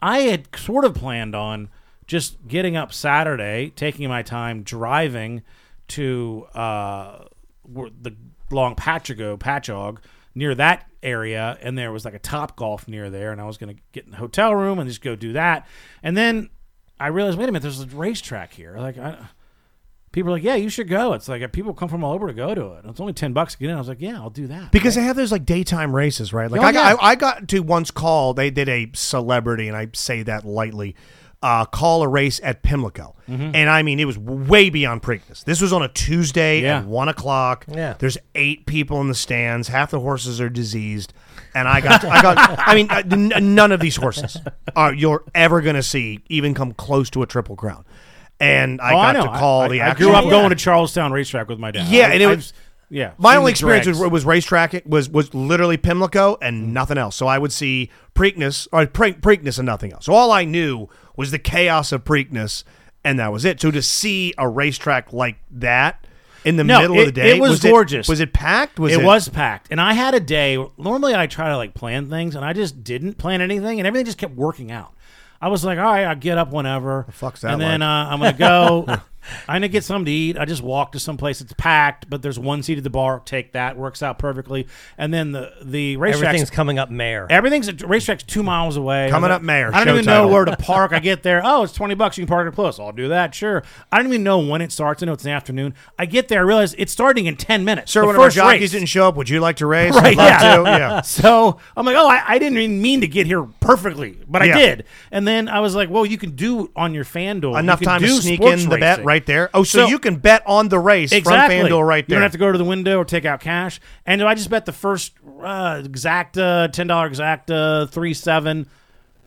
Speaker 5: I had sort of planned on just getting up Saturday, taking my time driving to uh, where the Long Patchago, Patchog, near that area. And there was like a Top Golf near there. And I was going to get in the hotel room and just go do that. And then I realized, wait a minute, there's a racetrack here. Like, I people are like, yeah, you should go. It's like uh, people come from all over to go to it. It's only ten bucks to get in. I was like, yeah, I'll do that
Speaker 6: Because they have those like daytime races, right? Like
Speaker 5: Oh,
Speaker 6: I, got,
Speaker 5: yeah.
Speaker 6: I, I got to once call. They did a celebrity, and I say that lightly. Uh, call a race at Pimlico,
Speaker 5: Mm-hmm.
Speaker 6: and I mean it was way beyond Preakness. This was on a Tuesday
Speaker 5: Yeah.
Speaker 6: at one o'clock.
Speaker 7: Yeah.
Speaker 6: there's eight people in the stands. Half the horses are diseased, and I got I got. I mean, uh, n- none of these horses are you're ever going to see even come close to a triple crown. And I
Speaker 5: Oh,
Speaker 6: got
Speaker 5: know.
Speaker 6: to call
Speaker 5: I,
Speaker 6: the.
Speaker 5: I, I
Speaker 6: actual
Speaker 5: grew up
Speaker 6: Yeah.
Speaker 5: going to Charlestown Racetrack with my dad.
Speaker 6: Yeah,
Speaker 5: I-
Speaker 6: and it
Speaker 5: I've-
Speaker 6: was-
Speaker 5: yeah.
Speaker 6: My
Speaker 5: seen
Speaker 6: only
Speaker 5: the
Speaker 6: experience was,
Speaker 5: dregs.
Speaker 6: was racetrack was was literally Pimlico
Speaker 5: Mm.
Speaker 6: and nothing else. So I would see Preakness or Pre- Preakness and nothing else. So all I knew was the chaos of Preakness, and that was it. So to see a racetrack like that in the
Speaker 5: No,
Speaker 6: middle
Speaker 5: it-
Speaker 6: of the day,
Speaker 5: it was gorgeous.
Speaker 6: was it packed? Was
Speaker 5: it,
Speaker 6: it,
Speaker 5: was packed, and I had a day. Normally, I try to like plan things, and I just didn't plan anything, and everything just kept working out. I was like, all right, I get up whenever.
Speaker 6: fuck's that
Speaker 5: And then uh, I'm gonna go. I didn't get something to eat. I just walk to some place that's packed, but there's one seat at the bar. Take that. Works out perfectly. And then the the
Speaker 7: Everything's
Speaker 5: racetrack's
Speaker 7: coming up mayor.
Speaker 5: everything's racetrack's two miles away.
Speaker 6: Coming
Speaker 5: I was
Speaker 6: up, Mayor,
Speaker 5: I don't
Speaker 6: show
Speaker 5: even
Speaker 6: title.
Speaker 5: know where to park. I get there. Oh, it's twenty bucks. You can park it close. I'll do that. Sure. I don't even know when it starts. I know it's in the afternoon. I get there. I realize it's starting in ten minutes.
Speaker 6: Sir,
Speaker 5: The
Speaker 6: one of our
Speaker 5: first
Speaker 6: jockeys
Speaker 5: race.
Speaker 6: didn't show up. Would you like to race?
Speaker 5: Right,
Speaker 6: I'd love
Speaker 5: yeah.
Speaker 6: to. yeah.
Speaker 5: So I'm like, oh, I, I didn't even mean to get here perfectly, but I
Speaker 6: Yeah.
Speaker 5: did. And then I was like, well, you can do on your FanDuel you
Speaker 6: Enough
Speaker 5: can
Speaker 6: time to
Speaker 5: do
Speaker 6: sneak in
Speaker 5: sports
Speaker 6: the bet
Speaker 5: racing.
Speaker 6: right there. Oh, so,
Speaker 5: So-
Speaker 6: you can bet on the race
Speaker 5: Exactly.
Speaker 6: from FanDuel right
Speaker 5: You
Speaker 6: there.
Speaker 5: don't have to go to the window or take out cash. And I just bet the first uh, exacta ten dollar exacta three seven.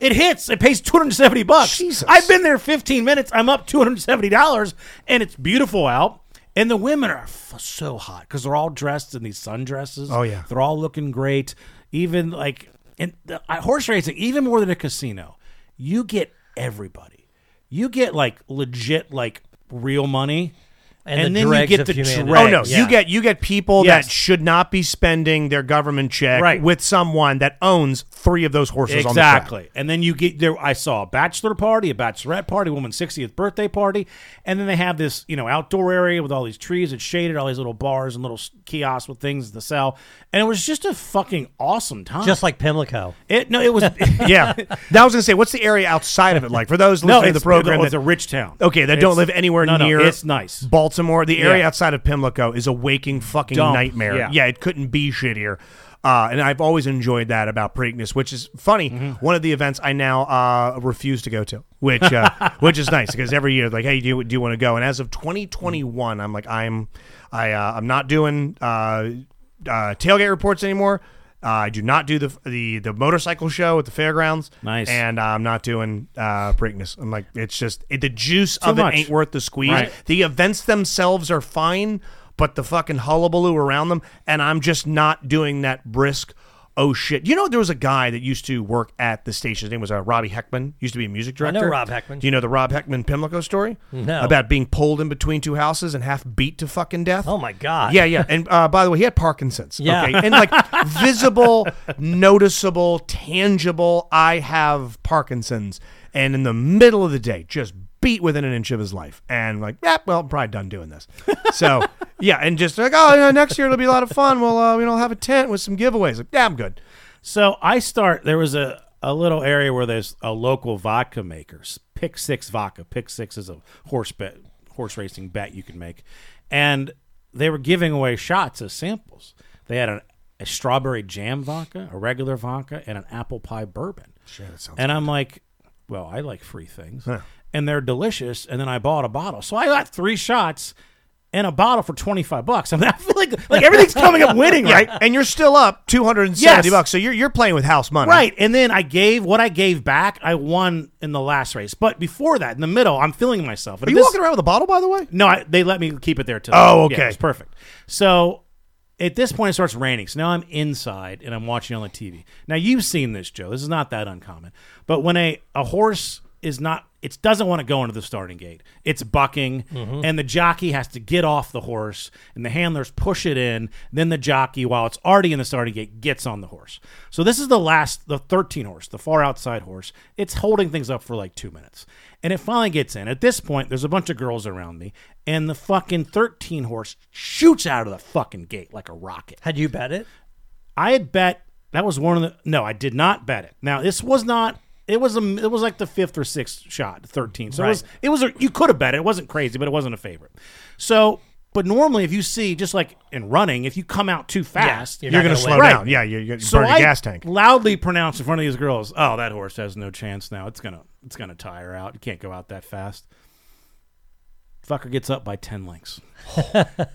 Speaker 5: It hits. It pays two hundred seventy bucks.
Speaker 6: Jesus.
Speaker 5: I've been there fifteen minutes. I'm up two hundred seventy dollars, and it's beautiful out. And the women are f- so hot because they're all dressed in these sundresses.
Speaker 6: Oh, yeah.
Speaker 5: they're all looking great. Even like in the, uh, horse racing, even more than a casino, you get everybody. You get like legit, like real money,
Speaker 7: And the
Speaker 5: then you
Speaker 7: dregs
Speaker 5: get
Speaker 7: of
Speaker 5: the
Speaker 7: humanity.
Speaker 5: dregs.
Speaker 6: Oh no!
Speaker 7: Yeah.
Speaker 6: You get you get people
Speaker 5: Yes.
Speaker 6: that should not be spending their government check
Speaker 5: Right.
Speaker 6: with someone that owns three of those horses on the track.
Speaker 5: Exactly. And then you get there. I saw a bachelor party, a bachelorette party, a woman's 60th birthday party. And then they have this, you know, outdoor area with all these trees. It's shaded, all these little bars and little s- kiosks with things to sell. And it was just a fucking awesome time.
Speaker 7: Just like Pimlico.
Speaker 5: it, no, it was,
Speaker 6: Yeah. Now I was gonna say, what's the area outside of it like for those listening
Speaker 5: no,
Speaker 6: to
Speaker 5: it's oh,
Speaker 6: the program?
Speaker 5: It's
Speaker 6: that-
Speaker 5: a rich town.
Speaker 6: okay, that don't
Speaker 5: It's-
Speaker 6: live anywhere
Speaker 5: no, no,
Speaker 6: near.
Speaker 5: It's nice.
Speaker 6: Baltimore. The area
Speaker 5: Yeah.
Speaker 6: outside of Pimlico is a waking fucking
Speaker 5: Dump,
Speaker 6: nightmare.
Speaker 5: yeah.
Speaker 6: it couldn't be shittier. Uh, and I've always enjoyed that about Preakness, which is funny.
Speaker 5: Mm-hmm.
Speaker 6: One of the events I now uh, refuse to go to, which uh, which is nice because every year, like, hey, do you, do you want to go? And as of 2021, I'm like, I'm I uh, I'm not doing uh, uh, tailgate reports anymore. Uh, I do not do the, the the motorcycle show at the fairgrounds.
Speaker 5: Nice.
Speaker 6: and I'm not doing uh, Preakness. I'm like, it's just it, the juice of
Speaker 5: much.
Speaker 6: it ain't worth the squeeze.
Speaker 5: Right.
Speaker 6: The events themselves are fine, but the fucking hullabaloo around them, and I'm just not doing that brisk. Oh shit! You know there was a guy that used to work at the station. His name was uh, Robbie Heckman. Used to be a music
Speaker 7: know
Speaker 6: director.
Speaker 7: Rob Heckman.
Speaker 6: Do you know the Rob Heckman Pimlico story?
Speaker 7: No.
Speaker 6: About being pulled in between two houses and half beat to fucking death.
Speaker 7: Oh my god.
Speaker 6: Yeah, yeah. And uh, by the way, he had Parkinson's.
Speaker 7: Yeah.
Speaker 6: Okay. And like visible, noticeable, tangible, I have Parkinson's. And in the middle of the day, just beat within an inch of his life. And like, yeah, well, I'm probably done doing this. So, yeah. And just like, oh, you know, next year it'll be a lot of fun. We'll, uh, you know, have a tent with some giveaways. Like, yeah, I'm good.
Speaker 5: So I start. There was a, a little area where there's a local vodka maker, s- Pick Six Vodka. Pick Six is a horse bet, horse racing bet you can make, and they were giving away shots as samples. They had a, a strawberry jam vodka, a regular vodka, and an apple pie bourbon. Sure, that sounds. And I'm like, well, I like free things, and they're delicious. And then I bought a bottle, so I got three shots. And a bottle for twenty five bucks. I mean, I feel like like everything's coming up winning, right?
Speaker 6: And you're still up 270
Speaker 5: Yes.
Speaker 6: bucks. So you're, you're playing with house money.
Speaker 5: Right. And then I gave what I gave back, I won in the last race. But before that, in the middle, I'm feeling myself. And
Speaker 6: Are
Speaker 5: if
Speaker 6: you
Speaker 5: this-
Speaker 6: walking around with a bottle, by the way?
Speaker 5: No, I, they let me keep it there till.
Speaker 6: Oh,
Speaker 5: Yeah,
Speaker 6: okay.
Speaker 5: it's perfect. So at this point, it starts raining. So now I'm inside and I'm watching on the TV. Now you've seen this, Joe. This is not that uncommon. But when a, a horse is not, it doesn't want to go into the starting gate. It's bucking,
Speaker 6: Mm-hmm.
Speaker 5: and the jockey has to get off the horse, and the handlers push it in. Then the jockey, while it's already in the starting gate, gets on the horse. So this is the last, the 13 horse, the far outside horse. It's holding things up for like two minutes. And it finally gets in. At this point, there's a bunch of girls around me, and the fucking 13 horse shoots out of the fucking gate like a rocket.
Speaker 7: Had you bet it?
Speaker 5: I had bet that was one of the no, I did not bet it. Now this was not. It was a. It was like the fifth or sixth shot, thirteen. So it was. It was. A, you could have bet it. It wasn't crazy, but it wasn't a favorite. So, but normally, if you see just like in running, if you come out too fast,
Speaker 7: you're
Speaker 6: You're
Speaker 7: not
Speaker 6: going to
Speaker 7: gonna
Speaker 6: slow
Speaker 7: win.
Speaker 6: down. Yeah. You're, you're
Speaker 5: so
Speaker 6: burn your
Speaker 5: I
Speaker 6: gas tank.
Speaker 5: loudly pronounced in front of these girls, "Oh, that horse has no chance now. It's gonna, it's gonna tire out. You can't go out that fast." Fucker gets up by ten lengths,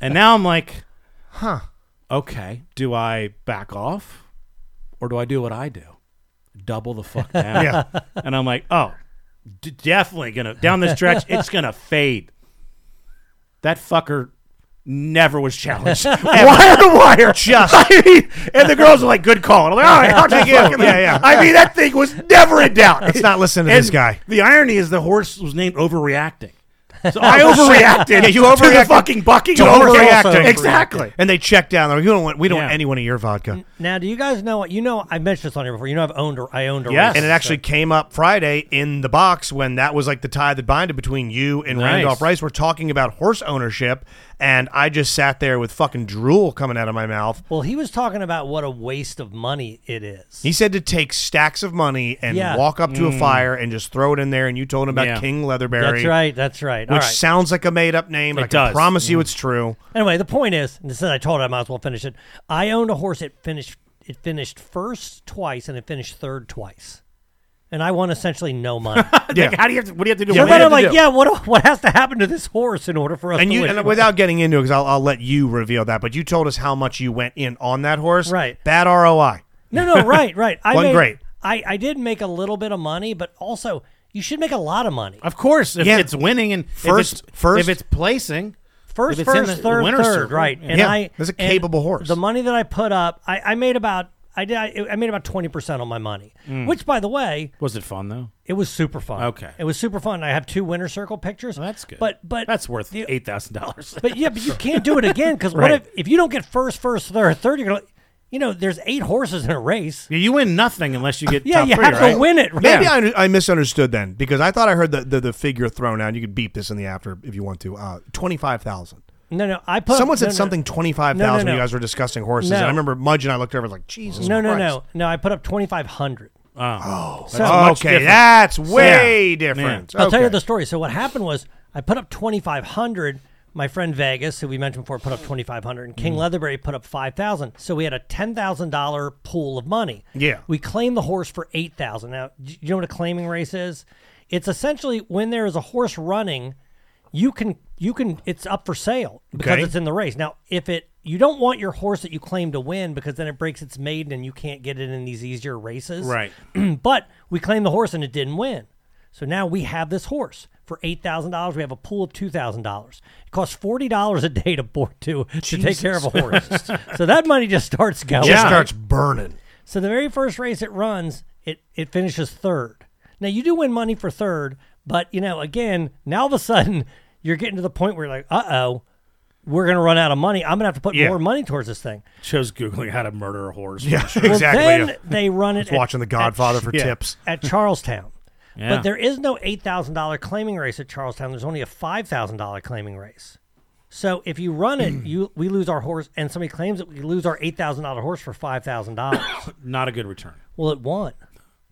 Speaker 5: and now I'm like, "Huh? Okay, do I back off, or do I do what I do? Double the fuck down?"
Speaker 6: Yeah.
Speaker 5: And I'm like, "Oh, d- definitely gonna down this stretch. it's gonna fade." That fucker never was challenged. wire to wire. Just. I mean, and the girls were like, good call. And I'm like, all right, I'll take it.
Speaker 6: Yeah, yeah.
Speaker 5: I mean, that thing was never in doubt.
Speaker 6: Let's not listen to
Speaker 5: And
Speaker 6: this guy.
Speaker 5: The irony is the horse was named Overreacting. So
Speaker 6: I
Speaker 5: all the shit-
Speaker 6: overreacted.
Speaker 8: Yeah, you
Speaker 6: to the
Speaker 8: overreacted
Speaker 6: fucking bucking.
Speaker 8: to
Speaker 6: You
Speaker 8: overreacting.
Speaker 6: overreacted.
Speaker 8: Exactly.
Speaker 6: And they checked down. They're like, you don't want. We don't want
Speaker 5: Yeah.
Speaker 6: anyone of your vodka.
Speaker 7: Now, do you guys know what you know? I mentioned this on here before. You know, I've owned a, I owned a
Speaker 5: Yes.
Speaker 7: racist
Speaker 6: And it actually came up Friday in the box when that was like the tie that binded between you and
Speaker 5: Nice.
Speaker 6: Randolph Rice. We're talking about horse ownership, and I just sat there with fucking drool coming out of my mouth.
Speaker 7: Well, he was talking about what a waste of money it is.
Speaker 6: He said to take stacks of money and
Speaker 7: Yeah.
Speaker 6: walk up to a fire and just throw it in there. And you told him about
Speaker 5: Mm. Yeah.
Speaker 6: King Leatherberry,
Speaker 7: that's right. That's right. All
Speaker 6: which
Speaker 7: right.
Speaker 6: sounds like a made up name,
Speaker 5: It
Speaker 6: but I can
Speaker 5: does. Mm.
Speaker 6: promise you it's true.
Speaker 7: anyway, the point is, and since I told it, I might as well finish it. I owned a horse. It finished. It finished first twice, and it finished third twice. And I won essentially no money.
Speaker 6: Yeah.
Speaker 8: How do you have to, what do you have to do?
Speaker 7: so
Speaker 8: What do you have
Speaker 7: then
Speaker 8: to
Speaker 7: I'm like,
Speaker 8: do?
Speaker 7: yeah, what what has to happen to this horse in order for us
Speaker 6: and
Speaker 7: to
Speaker 6: you
Speaker 7: win?
Speaker 6: and without getting into it because I'll, I'll let you reveal that but you told us how much you went in on that horse
Speaker 7: Right.
Speaker 6: bad roi
Speaker 7: No, no, right, right. I
Speaker 6: One
Speaker 7: made,
Speaker 6: grape.
Speaker 7: I, I did make a little bit of money, but also you should make a lot of money.
Speaker 5: Of course, if
Speaker 6: Yeah.
Speaker 5: it's winning and if
Speaker 6: First-
Speaker 5: it's-
Speaker 6: first-
Speaker 5: if it's placing,
Speaker 7: First,
Speaker 5: if it's in
Speaker 7: first,
Speaker 5: the
Speaker 7: third,
Speaker 5: winner's
Speaker 7: third,
Speaker 5: circle,
Speaker 7: right?
Speaker 5: yeah.
Speaker 7: And
Speaker 6: Yeah,
Speaker 7: I
Speaker 6: that's a
Speaker 7: and
Speaker 6: capable horse.
Speaker 7: The money that I put up, I, I made about I did I, I made about twenty percent on my money, which by the way,
Speaker 5: was it fun though?
Speaker 7: it was super fun.
Speaker 5: Mm. Okay.
Speaker 7: it was super fun. I have two winner circle pictures.
Speaker 5: Well, that's good.
Speaker 7: But but
Speaker 5: that's worth
Speaker 7: the-
Speaker 5: eight thousand dollars.
Speaker 7: But yeah, but you can't do it again because
Speaker 5: Right.
Speaker 7: what if if you don't get first, first, third, third, you're gonna, you know, there's eight horses in a race.
Speaker 5: You win nothing unless you get
Speaker 7: Yeah,
Speaker 5: top
Speaker 7: you
Speaker 5: three,
Speaker 7: have
Speaker 5: right?
Speaker 7: to win it. Right?
Speaker 6: maybe I, under- I misunderstood then because I thought I heard the, the, the figure thrown out you could beep this in the after if you want to uh, 25,000
Speaker 7: no, no. I put
Speaker 6: someone said
Speaker 7: no, no.
Speaker 6: something 25,000
Speaker 7: No, no,
Speaker 6: when
Speaker 7: no.
Speaker 6: you guys were discussing horses
Speaker 7: No.
Speaker 6: and I remember Mudge and I looked over I was like Jesus
Speaker 7: No, no,
Speaker 6: Christ.
Speaker 7: no, no. I put up twenty five hundred.
Speaker 5: Oh,
Speaker 7: So
Speaker 6: okay that's way different
Speaker 7: I'll tell you
Speaker 6: Okay.
Speaker 7: the story. So what happened was I put up twenty five hundred. My friend Vegas, who we mentioned before, put up twenty five hundred, and King
Speaker 6: Mm.
Speaker 7: Leatherberry put up five thousand. So we had a ten thousand dollar pool of money.
Speaker 6: Yeah.
Speaker 7: we claimed the horse for eight thousand. Now, d- you know what a claiming race is? It's essentially when there is a horse running, you can you can it's up for sale because
Speaker 6: Okay.
Speaker 7: it's in the race. Now, if it you don't want your horse that you claim to win because then it breaks its maiden and you can't get it in these easier races.
Speaker 5: Right.
Speaker 7: but we claimed the horse and it didn't win. So now we have this horse for eight thousand dollars. We have a pool of two thousand dollars. It costs forty dollars a day to board to to take care of a horse. so that money just starts going.
Speaker 6: just starts burning
Speaker 7: So the very first race it runs, it it finishes third. Now you do win money for third, but you know again now all of a sudden you're getting to the point where you're like, uh oh, we're gonna run out of money. I'm gonna have to put
Speaker 6: Yeah.
Speaker 7: more money towards this thing.
Speaker 5: Shows googling how to murder a horse.
Speaker 6: yeah
Speaker 7: Well,
Speaker 6: exactly
Speaker 7: then
Speaker 6: yeah.
Speaker 7: they run it. at-
Speaker 6: watching The
Speaker 7: at
Speaker 6: Godfather for
Speaker 5: yeah.
Speaker 6: tips
Speaker 7: at Charlestown.
Speaker 5: Yeah.
Speaker 7: But there is no $8,000 claiming race at Charlestown. There's only a $5,000 claiming race. So if you run it, you we lose our horse, and somebody claims it, we lose our $8,000 horse for $5,000.
Speaker 5: Not a good return.
Speaker 7: well, it won,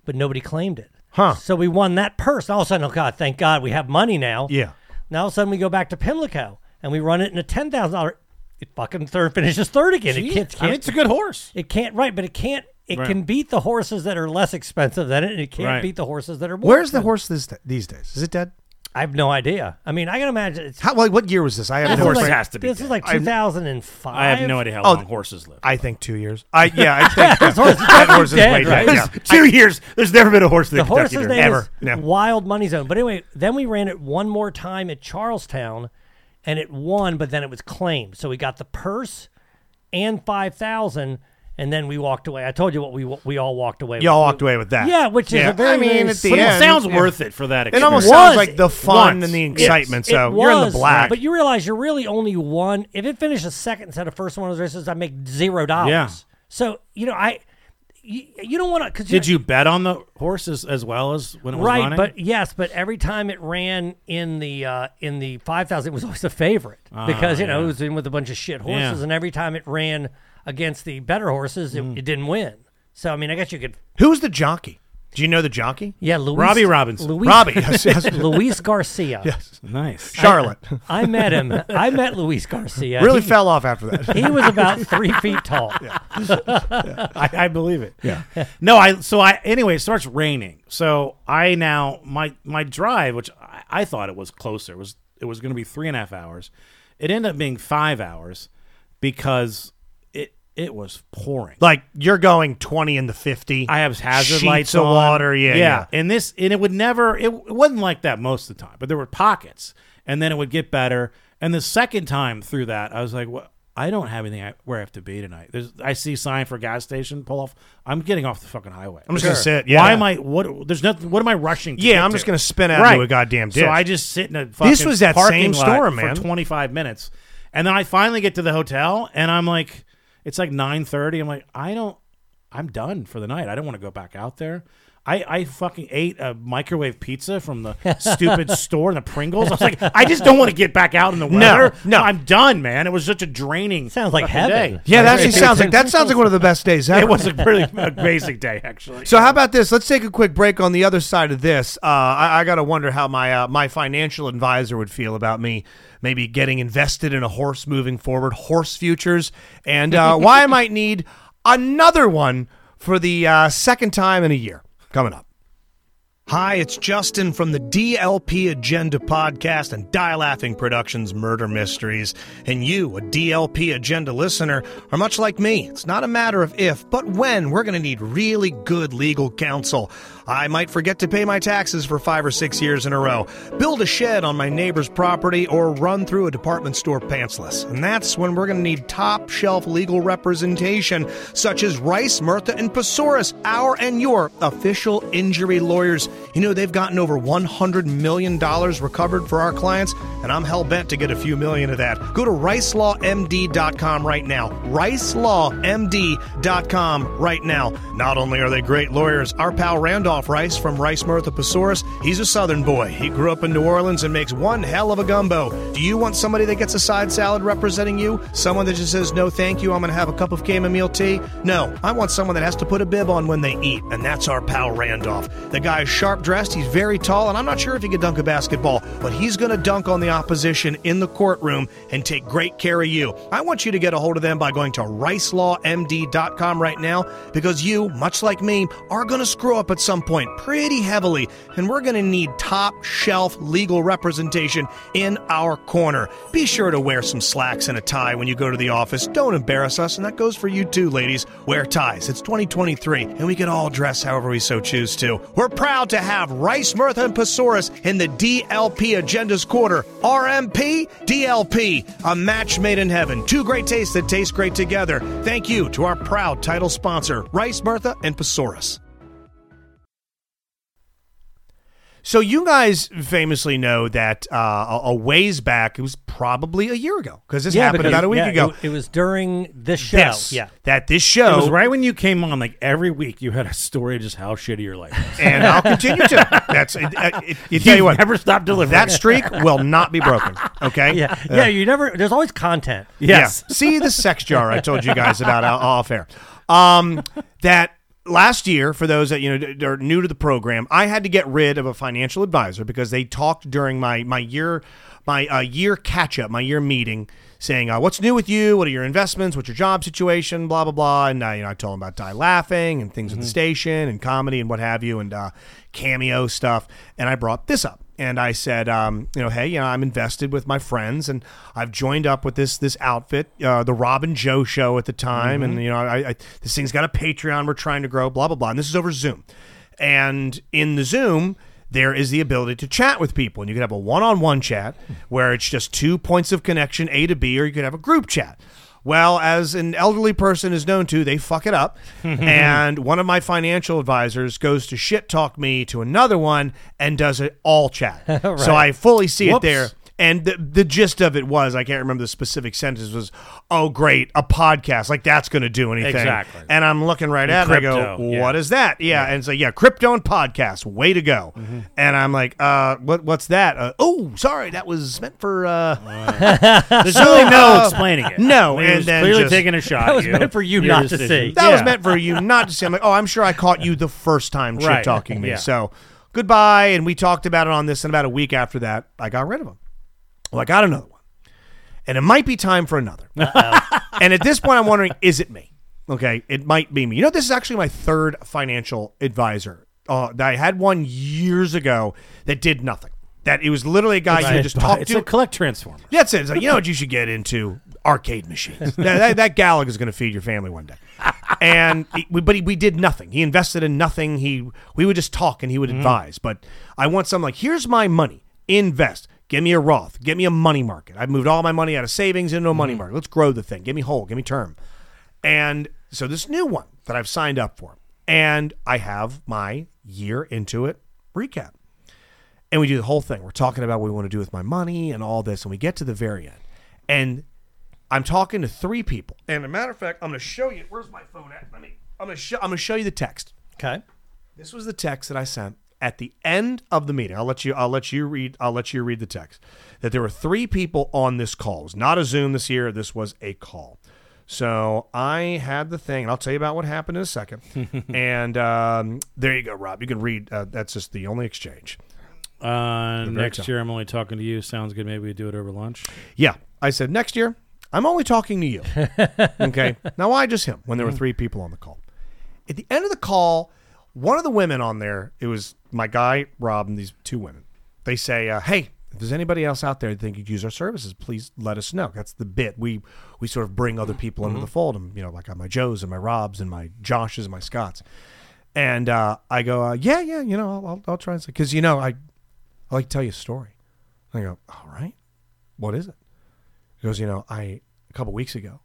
Speaker 7: but nobody claimed it.
Speaker 6: Huh.
Speaker 7: So we won that purse. All of a sudden, oh, God, thank God we have money now.
Speaker 6: yeah
Speaker 7: Now all of a sudden we go back to Pimlico and we run it in a $10,000. It fucking third finishes third again. It can't,
Speaker 5: I mean,
Speaker 7: can't
Speaker 5: it's a good horse.
Speaker 7: it can't right, but it can't. It
Speaker 5: Right.
Speaker 7: can beat the horses that are less expensive than it, and it can't
Speaker 5: Right.
Speaker 7: beat the horses that are more.
Speaker 6: where's the
Speaker 7: expensive.
Speaker 6: horse this, these days is it dead
Speaker 7: I have no idea. I mean, I can imagine. It's,
Speaker 6: How, like, what year was this? I have
Speaker 7: this
Speaker 6: no
Speaker 7: is
Speaker 5: horse
Speaker 7: like,
Speaker 5: has to be
Speaker 7: This is
Speaker 5: dead.
Speaker 7: like 2005.
Speaker 5: I have no idea how
Speaker 6: Oh,
Speaker 5: long horses live.
Speaker 6: I think two years. I yeah. I think
Speaker 7: This horse is
Speaker 6: that horse is
Speaker 7: dead,
Speaker 6: way
Speaker 7: right?
Speaker 6: dead. Yeah.
Speaker 8: Two years. There's never been a horse in the,
Speaker 7: The
Speaker 8: Kentucky
Speaker 7: horse's
Speaker 8: Derby.
Speaker 7: name
Speaker 8: ever.
Speaker 7: is
Speaker 6: Yeah.
Speaker 7: Wild Money Zone. But anyway, then we ran it one more time at Charlestown, and it won. But then it was claimed, so we got the purse and five thousand, and then we walked away. I told you what we we all walked away.
Speaker 6: Y'all
Speaker 7: with.
Speaker 6: walked away with that.
Speaker 7: Yeah, which is a very,
Speaker 6: I mean,
Speaker 7: very
Speaker 6: at the
Speaker 5: but
Speaker 6: end,
Speaker 5: it sounds
Speaker 6: yeah.
Speaker 5: worth it for that.
Speaker 6: It
Speaker 5: Experience.
Speaker 6: almost
Speaker 7: was.
Speaker 6: sounds like the fun
Speaker 5: Once.
Speaker 6: and the
Speaker 5: Yes.
Speaker 6: excitement. so
Speaker 7: It
Speaker 6: you're in the
Speaker 7: was,
Speaker 6: black.
Speaker 7: But you realize you're really only one. If it finishes second instead of first in one of those races, I make zero dollars.
Speaker 5: Yeah.
Speaker 7: So you know I, you, you don't want to because
Speaker 5: Did you bet on the horses as well as when it was
Speaker 7: right?
Speaker 5: running?
Speaker 7: But yes, but every time it ran in the uh, in the five thousand, it was always a favorite
Speaker 6: Ah,
Speaker 7: because you know it was in with a bunch of shit horses,
Speaker 5: Yeah.
Speaker 7: and every time it ran against the better horses, it,
Speaker 6: Mm.
Speaker 7: it didn't win. So I mean, I guess you could.
Speaker 6: Who's the jockey? Do you know the jockey?
Speaker 7: Yeah, Luis,
Speaker 5: Robbie Robinson.
Speaker 7: Luis,
Speaker 6: Robbie. Yes, yes.
Speaker 7: Luis Garcia.
Speaker 5: nice.
Speaker 6: Charlotte.
Speaker 7: I met him. I met Luis Garcia.
Speaker 6: really
Speaker 7: He-
Speaker 6: fell off after that.
Speaker 7: He was about three feet tall.
Speaker 5: I, I believe it. Yeah. no, I so I anyway, it starts raining. So I now my my drive, which I, I thought it was closer, was it was gonna be three and a half hours. It ended up being five hours because it it was pouring.
Speaker 6: like you're going 20 in the 50.
Speaker 5: I have hazard
Speaker 6: sheets
Speaker 5: lights
Speaker 6: of
Speaker 5: on.
Speaker 6: water. Yeah, yeah.
Speaker 5: And this and it would never it, it wasn't like that most of the time, but there were pockets. And then it would get better. And the second time through that, I was like, "What I don't have anything I, where I have to be tonight. There's, I see sign for gas station pull off. I'm getting off the fucking highway.
Speaker 6: I'm just gonna sit, yeah.
Speaker 5: Why am I? What? There's nothing. What am I rushing? to
Speaker 6: Yeah,
Speaker 5: get
Speaker 6: I'm
Speaker 5: to?
Speaker 6: just gonna spin out into a goddamn ditch.
Speaker 5: So I just sit in a fucking
Speaker 6: was that
Speaker 5: parking
Speaker 6: same
Speaker 5: lot
Speaker 6: store,
Speaker 5: for
Speaker 6: man.
Speaker 5: 25 minutes, and then I finally get to the hotel, and I'm like, it's like 9:30. I'm like, I don't, I'm done for the night. I don't want to go back out there. I, I fucking ate a microwave pizza from the stupid store in the Pringles. I was like, I just don't want to get back out in the weather.
Speaker 6: no.
Speaker 5: I'm done, man. It was such a draining.
Speaker 7: Sounds like
Speaker 5: fucking
Speaker 7: heaven.
Speaker 5: day.
Speaker 6: yeah, that actually sounds like that sounds like one of the best days ever.
Speaker 5: It was a pretty amazing day, actually.
Speaker 6: So how about this? Let's take a quick break on the other side of this. Uh, I, I gotta wonder how my uh, my financial advisor would feel about me maybe getting invested in a horse moving forward, horse futures, and uh, why I might need another one for the uh, second time in a year. Coming up. Hi, it's Justin from the DLP Agenda podcast and Die Laughing Productions Murder Mysteries. And you, a DLP Agenda listener, are much like me. It's not a matter of if, but when we're going to need really good legal counsel. I might forget to pay my taxes for five or six years in a row, build a shed on my neighbor's property, or run through a department store pantsless. And that's when we're going to need top shelf legal representation, such as Rice, Murtha, and Pesaurus, our and your official injury lawyers. You know, they've gotten over $100 million recovered for our clients, and I'm hell bent to get a few million of that. Go to ricelawmd.com right now. Ricelawmd.com right now. Not only are they great lawyers, our pal Randolph Rice from Rice Martha Pesaurus, he's a Southern boy. He grew up in New Orleans and makes one hell of a gumbo. Do you want somebody that gets a side salad representing you? Someone that just says, no, thank you, I'm going to have a cup of chamomile tea? No, I want someone that has to put a bib on when they eat, and that's our pal Randolph. The guy is sharp dressed, he's very tall, and I'm not sure if he could dunk a basketball, but he's going to dunk on the opposition in the courtroom and take great care of you. I want you to get a hold of them by going to ricelawmd.com right now because you, much like me, are going to screw up at some point pretty heavily, and we're going to need top shelf legal representation in our corner. Be sure to wear some slacks and a tie when you go to the office. Don't embarrass us, and that goes for you too, ladies. Wear ties. It's 2023, and we can all dress however we so choose to. We're proud to have Rice, Mirtha, and Pesaurus in the DLP Agenda's Quarter. RMP, DLP, a match made in heaven. Two great tastes that taste great together. Thank you to our proud title sponsor, Rice, Mirtha, and Pesaurus. So you guys famously know that uh, a, a ways back, it was probably a year ago because this happened
Speaker 7: because-
Speaker 6: about a week
Speaker 7: yeah,
Speaker 6: ago.
Speaker 7: It, it was during this show.
Speaker 6: Yes,
Speaker 7: Yeah.
Speaker 6: that this
Speaker 5: it
Speaker 6: show
Speaker 5: was right when you came on. Like every week, you had a story of just how shitty your life. was.
Speaker 6: and I'll continue to. That's it, it, it, you tell
Speaker 5: You've
Speaker 6: you what,
Speaker 5: never stopped delivering.
Speaker 6: that streak will not be broken. Okay, Uh,
Speaker 7: Yeah. Yeah. You never, there's always content.
Speaker 5: yes.
Speaker 6: Yeah. See the sex jar I told you guys about o- off air. Um, that last year, for those that you know d- d- are new to the program, I had to get rid of a financial advisor because they talked during my my year my uh, year catch up, my year meeting, saying uh, what's new with you, what are your investments, what's your job situation, blah blah blah, and uh, you know I told them about die laughing and things at the station and comedy and what have you and uh, cameo stuff, and I brought this up and I said, um, you know, hey, you know, I'm invested with my friends, and I've joined up with this this outfit, uh, the Robin Joe Show at the time, and you know, I, I this thing's got a Patreon we're trying to grow, blah blah blah, and this is over Zoom, and in the Zoom. There is the ability to chat with people, and you can have a one-on-one chat where it's just two points of connection, A to B, or you could have a group chat. Well, as an elderly person is known to, they fuck it up. and one of my financial advisors goes to shit talk me to another one and does it all chat. So I fully see
Speaker 5: Whoops.
Speaker 6: it there. And the, the gist of it was, I can't remember the specific sentence, was, oh, great, a podcast. Like, that's going to do anything.
Speaker 5: Exactly.
Speaker 6: And I'm looking right at it. I
Speaker 5: crypto,
Speaker 6: go,
Speaker 5: yeah. Mm-hmm.
Speaker 6: what is that? Yeah. And it's like, yeah, crypto and podcast. Way to go. And I'm like, uh, what, what's that? Uh, oh, sorry. That was meant for. Uh,
Speaker 5: There's really no
Speaker 6: uh,
Speaker 5: explaining it.
Speaker 6: no,
Speaker 5: I mean, it
Speaker 6: and
Speaker 5: was
Speaker 6: then
Speaker 5: clearly
Speaker 6: just-
Speaker 5: taking a shot.
Speaker 7: That was
Speaker 5: at you,
Speaker 7: meant for you
Speaker 5: Your
Speaker 7: not to see.
Speaker 6: That was
Speaker 5: Yeah.
Speaker 6: meant for you not to say. I'm like, oh, I'm sure I caught you the first time shit
Speaker 5: Right.
Speaker 6: talking me.
Speaker 5: Yeah.
Speaker 6: So goodbye. And we talked about it on this, and about a week after that, I got rid of him. Well, I got another one, and it might be time for another. and at this point, I'm wondering, is it me? Okay, it might be me. You know, this is actually my third financial advisor. Uh, that I had one years ago that did nothing. That it was literally a guy you just talked
Speaker 5: it's
Speaker 6: to.
Speaker 5: a collect transformer.
Speaker 6: That's it. It's like, you know what you should get into? Arcade machines. that, that, that Gallagher's going to feed your family one day. And he- we, but he, we did nothing. He invested in nothing. He we would just talk and he would advise. But I want something like, here's my money. Invest. Give me a Roth. Give me a money market. I've moved all my money out of savings into a money market. Let's grow the thing. Give me whole. Give me term. And so this new one that I've signed up for, and I have my year into it recap. And we do the whole thing. We're talking about what we want to do with my money and all this. And we get to the very end. And I'm talking to three people. And a matter of fact, I'm going to show you. Where's my phone at? Let me. I'm going to show. I'm going to show you the text.
Speaker 7: Okay.
Speaker 6: This was the text that I sent at the end of the meeting. I'll let you. I'll let you read. I'll let you read the text. That there were three people on this call. It was not a Zoom this year. This was a call. So I had the thing, and I'll tell you about what happened in a second. and um, there you go, Rob. You can read. Uh, that's just the only exchange.
Speaker 5: Uh, next
Speaker 6: tough.
Speaker 5: year, I'm only talking to you. Sounds good. Maybe we do it over lunch.
Speaker 6: Yeah. I said, next year, I'm only talking to you. okay. Now, why just him when there were three people on the call? At the end of the call, one of the women on there, it was my guy, Rob, and these two women, they say, uh, hey, if there's anybody else out there that think you'd use our services, please let us know. That's the bit. We we sort of bring other people into the fold. And, you know, like uh, my Joes and my Robs and my Joshes and my Scotts. And uh, I go, uh, yeah, yeah, you know, I'll, I'll, I'll try and say, because, you know, I, I like to tell you a story. And I go, all right, what is it? He goes, you know, I a couple weeks ago,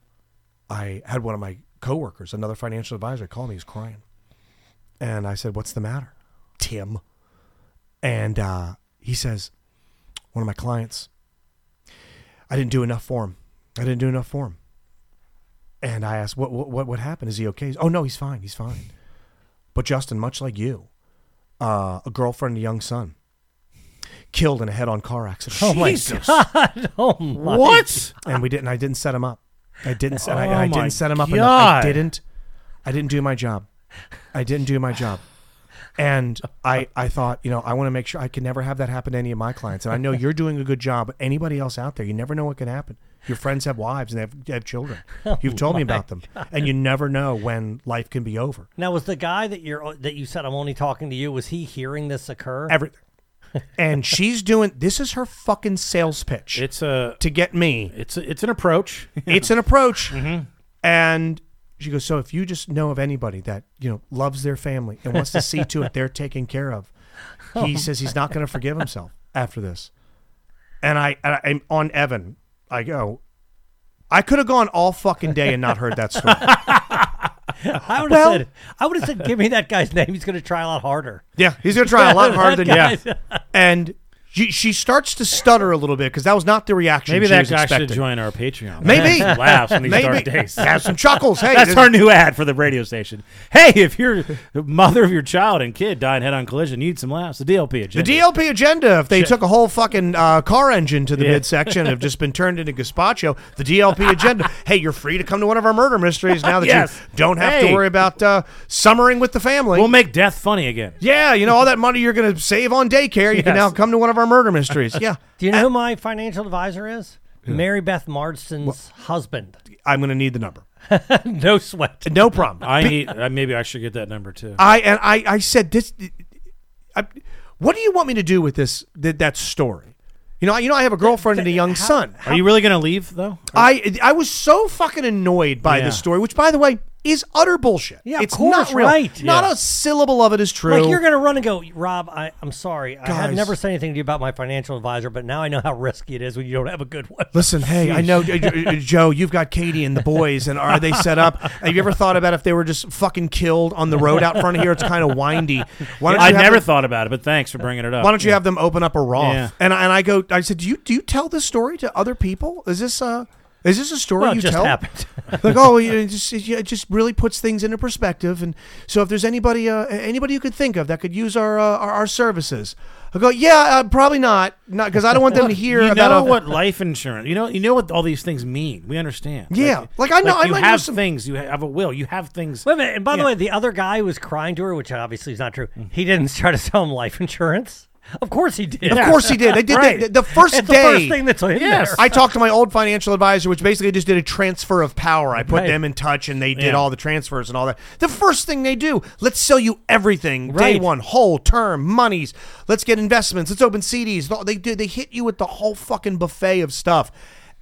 Speaker 6: I had one of my coworkers, another financial advisor, call me. He's crying, and I said, "What's the matter, Tim?" And uh, he says, "One of my clients. I didn't do enough for him. I didn't do enough for him." And I asked, "What what what, what happened? Is he okay?" He's, oh no, he's fine. He's fine. But Justin, much like you, uh, a girlfriend, and a young son, killed in a head-on car accident
Speaker 5: Oh
Speaker 8: Jesus.
Speaker 6: what? And we didn't. I didn't set him up. I didn't set. I, I
Speaker 5: Oh my
Speaker 6: didn't set him up. Enough.
Speaker 5: God.
Speaker 6: I didn't. I didn't do my job. I didn't do my job. And I, I thought, you know, I want to make sure I can never have that happen to any of my clients. And I know you're doing a good job, but anybody else out there, you never know what can happen. Your friends have wives and they have, they have children.
Speaker 5: Oh
Speaker 6: You've told me about them, and you never know when life can be over.
Speaker 7: Now, was the guy that you're that you said I'm only talking to you? Was he hearing this occur?
Speaker 6: Everything. And she's doing. This is her fucking sales pitch
Speaker 5: It's a
Speaker 6: to get me.
Speaker 5: it's a, it's an approach.
Speaker 6: it's an approach.
Speaker 5: Mm-hmm.
Speaker 6: And she goes, so if you just know of anybody that you know loves their family and wants to see to it they're taken care of, he says he's not going to forgive himself after this. And I, and I, I'm on Evan. I go, I could have gone all fucking day and not heard that story.
Speaker 7: I would have
Speaker 6: Well-
Speaker 7: said, I would have said, give me that guy's name. He's going to try a lot harder.
Speaker 6: Yeah, he's gonna try a lot harder than you.
Speaker 7: That
Speaker 6: Yeah. And she, she starts to stutter a little bit because that was not the reaction.
Speaker 5: Maybe
Speaker 6: she
Speaker 5: that
Speaker 6: was
Speaker 5: guy
Speaker 6: expecting.
Speaker 5: should join our Patreon.
Speaker 6: Maybe.
Speaker 5: Have some laughs in these dark
Speaker 6: Maybe
Speaker 5: days.
Speaker 6: have some chuckles. Hey,
Speaker 5: That's
Speaker 6: this-
Speaker 5: our new ad for the radio station. Hey, if your mother of your child and kid died in head-on collision, you need some laughs. The DLP
Speaker 6: The
Speaker 5: agenda.
Speaker 6: DLP agenda, if they took a whole fucking uh, car engine to the
Speaker 5: Yeah.
Speaker 6: midsection and have just been turned into gazpacho, the DLP agenda, hey, you're free to come to one of our murder mysteries now that
Speaker 5: Yes.
Speaker 6: you don't have
Speaker 5: Hey.
Speaker 6: to worry about uh, summering with the family.
Speaker 5: We'll make death funny again.
Speaker 6: yeah, you know, all that money you're going to save on daycare, you can
Speaker 5: Yes.
Speaker 6: now come to one of our murder mysteries. Yeah.
Speaker 7: Do you know who my financial advisor is? Mary Beth Marston's husband.
Speaker 6: I'm going to need the number.
Speaker 7: No sweat.
Speaker 6: No problem.
Speaker 5: I need. Uh, maybe I should get that number too.
Speaker 6: I and I, I said this. I, what do you want me to do with this that, that story? You know, I, you know, I have a girlfriend and a young son.
Speaker 5: Are you really gonna leave though?
Speaker 6: I I was so fucking annoyed by
Speaker 5: Yeah.
Speaker 6: this story, which by the way is utter bullshit.
Speaker 7: Yeah, of
Speaker 6: it's
Speaker 7: course,
Speaker 6: not real.
Speaker 7: right.
Speaker 6: Not
Speaker 5: Yeah.
Speaker 6: a syllable of it is true.
Speaker 7: Like you're gonna run and go, Rob. I, I'm sorry. I have
Speaker 6: Guys.
Speaker 7: never said anything to you about my financial advisor, but now I know how risky it is when you don't have a good one.
Speaker 6: Listen, hey, I know, uh, uh, Joe, you've got Katie and the boys, and are they set up? Have you ever thought about if they were just fucking killed on the road out front of here? It's kind of windy. Why don't
Speaker 5: I
Speaker 6: you have
Speaker 5: never
Speaker 6: them-
Speaker 5: thought about it, but thanks for bringing it up.
Speaker 6: Why don't you have them open up a Roth?
Speaker 5: Yeah.
Speaker 6: And I- and I go, I said, do you do you tell this story to other people? Is this a is this a story
Speaker 7: Well, it
Speaker 6: you
Speaker 7: just
Speaker 6: tell?
Speaker 7: happened.
Speaker 6: like oh you know, it just it, yeah, it just really puts things into perspective and so if there's anybody uh, anybody you could think of that could use our uh, our, our services i go yeah uh, probably not not because i don't want them to hear
Speaker 5: you
Speaker 6: about
Speaker 5: know
Speaker 6: a-
Speaker 5: what life insurance. You know. You know what all these things mean. We understand.
Speaker 6: Yeah. Like, I know- I
Speaker 5: you
Speaker 6: might know
Speaker 5: have
Speaker 6: some-
Speaker 5: things. You have a will. You have things.
Speaker 7: Wait a minute. And by the
Speaker 5: Yeah.
Speaker 7: way, the other guy who was crying to her, which obviously is not true,
Speaker 6: Mm.
Speaker 7: he didn't try to sell him life insurance. Of course he did.
Speaker 6: of course he did they did
Speaker 5: Right.
Speaker 6: that the first
Speaker 7: It's
Speaker 6: day
Speaker 7: the first thing that's in
Speaker 5: Yes.
Speaker 7: there.
Speaker 6: I talked to my old financial advisor, which basically just did a transfer of power. I put
Speaker 7: Right.
Speaker 6: them in touch, and they did
Speaker 5: Yeah.
Speaker 6: all the transfers and all that. The first thing they do, let's sell you everything. Day
Speaker 7: Right.
Speaker 6: one, whole term, monies. Let's get investments. Let's open CDs. They do. They hit you with the whole fucking buffet of stuff,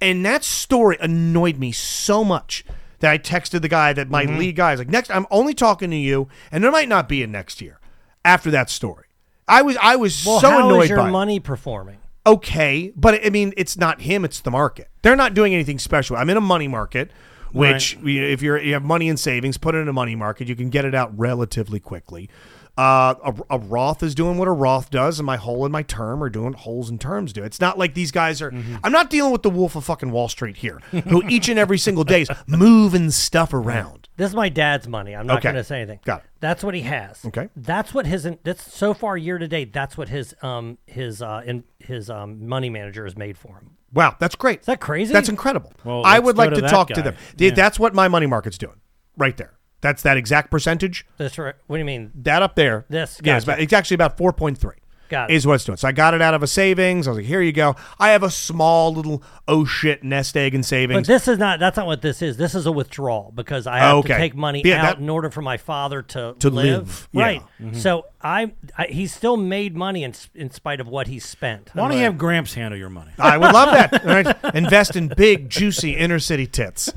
Speaker 6: and that story annoyed me so much. That I texted the guy that
Speaker 7: Mm-hmm.
Speaker 6: my lead guy is like next. I'm only talking to you, and there might not be a next year after that story. I was I was
Speaker 7: Well,
Speaker 6: so
Speaker 7: how
Speaker 6: annoyed
Speaker 7: is your
Speaker 6: by it.
Speaker 7: money performing?
Speaker 6: okay, but I mean, it's not him; it's the market. They're not doing anything special. I'm in a money market, which you know, if you're you have money in savings, put it in a money market. You can get it out relatively quickly. Uh, a, a Roth is doing what a Roth does, and my hole and my term are doing what holes and terms do. It's not like these guys are.
Speaker 5: Mm-hmm.
Speaker 6: I'm not dealing with the wolf of fucking Wall Street here, who each and every single day is moving stuff around.
Speaker 7: This is my dad's money. I'm not
Speaker 6: Okay.
Speaker 7: going to say anything.
Speaker 6: Got it.
Speaker 7: That's what he has.
Speaker 6: Okay.
Speaker 7: That's what his. That's so far year to date. That's what his um his uh in, his um money manager has made for him.
Speaker 6: Wow, that's great.
Speaker 7: Is that crazy?
Speaker 6: That's incredible.
Speaker 5: Well,
Speaker 6: I
Speaker 5: let's
Speaker 6: would
Speaker 5: go
Speaker 6: like
Speaker 5: to
Speaker 6: to,
Speaker 5: that
Speaker 6: talk to
Speaker 5: guy.
Speaker 6: them. Th- That's what my money market's doing right there. That's that exact percentage.
Speaker 7: That's right. What do you mean?
Speaker 6: That up there.
Speaker 7: This,
Speaker 6: Yeah, it's,
Speaker 7: gotcha.
Speaker 6: about, it's actually about 4.3.
Speaker 7: Got it.
Speaker 6: Is what it's doing. So I got it out of a savings. I was like, here you go. I have a small little oh shit nest egg in
Speaker 7: But
Speaker 6: savings.
Speaker 7: this is not. That's not what this is. This is a withdrawal because I have to
Speaker 6: Okay.
Speaker 7: take money
Speaker 6: Yeah,
Speaker 7: out
Speaker 6: that-
Speaker 7: in order for my father to
Speaker 6: To live, yeah.
Speaker 7: Right. So I, I he still made money in s- in spite of what he spent.
Speaker 5: Why don't you have Gramps handle your money?
Speaker 6: I would love that. All right. Invest in big, juicy inner city tits.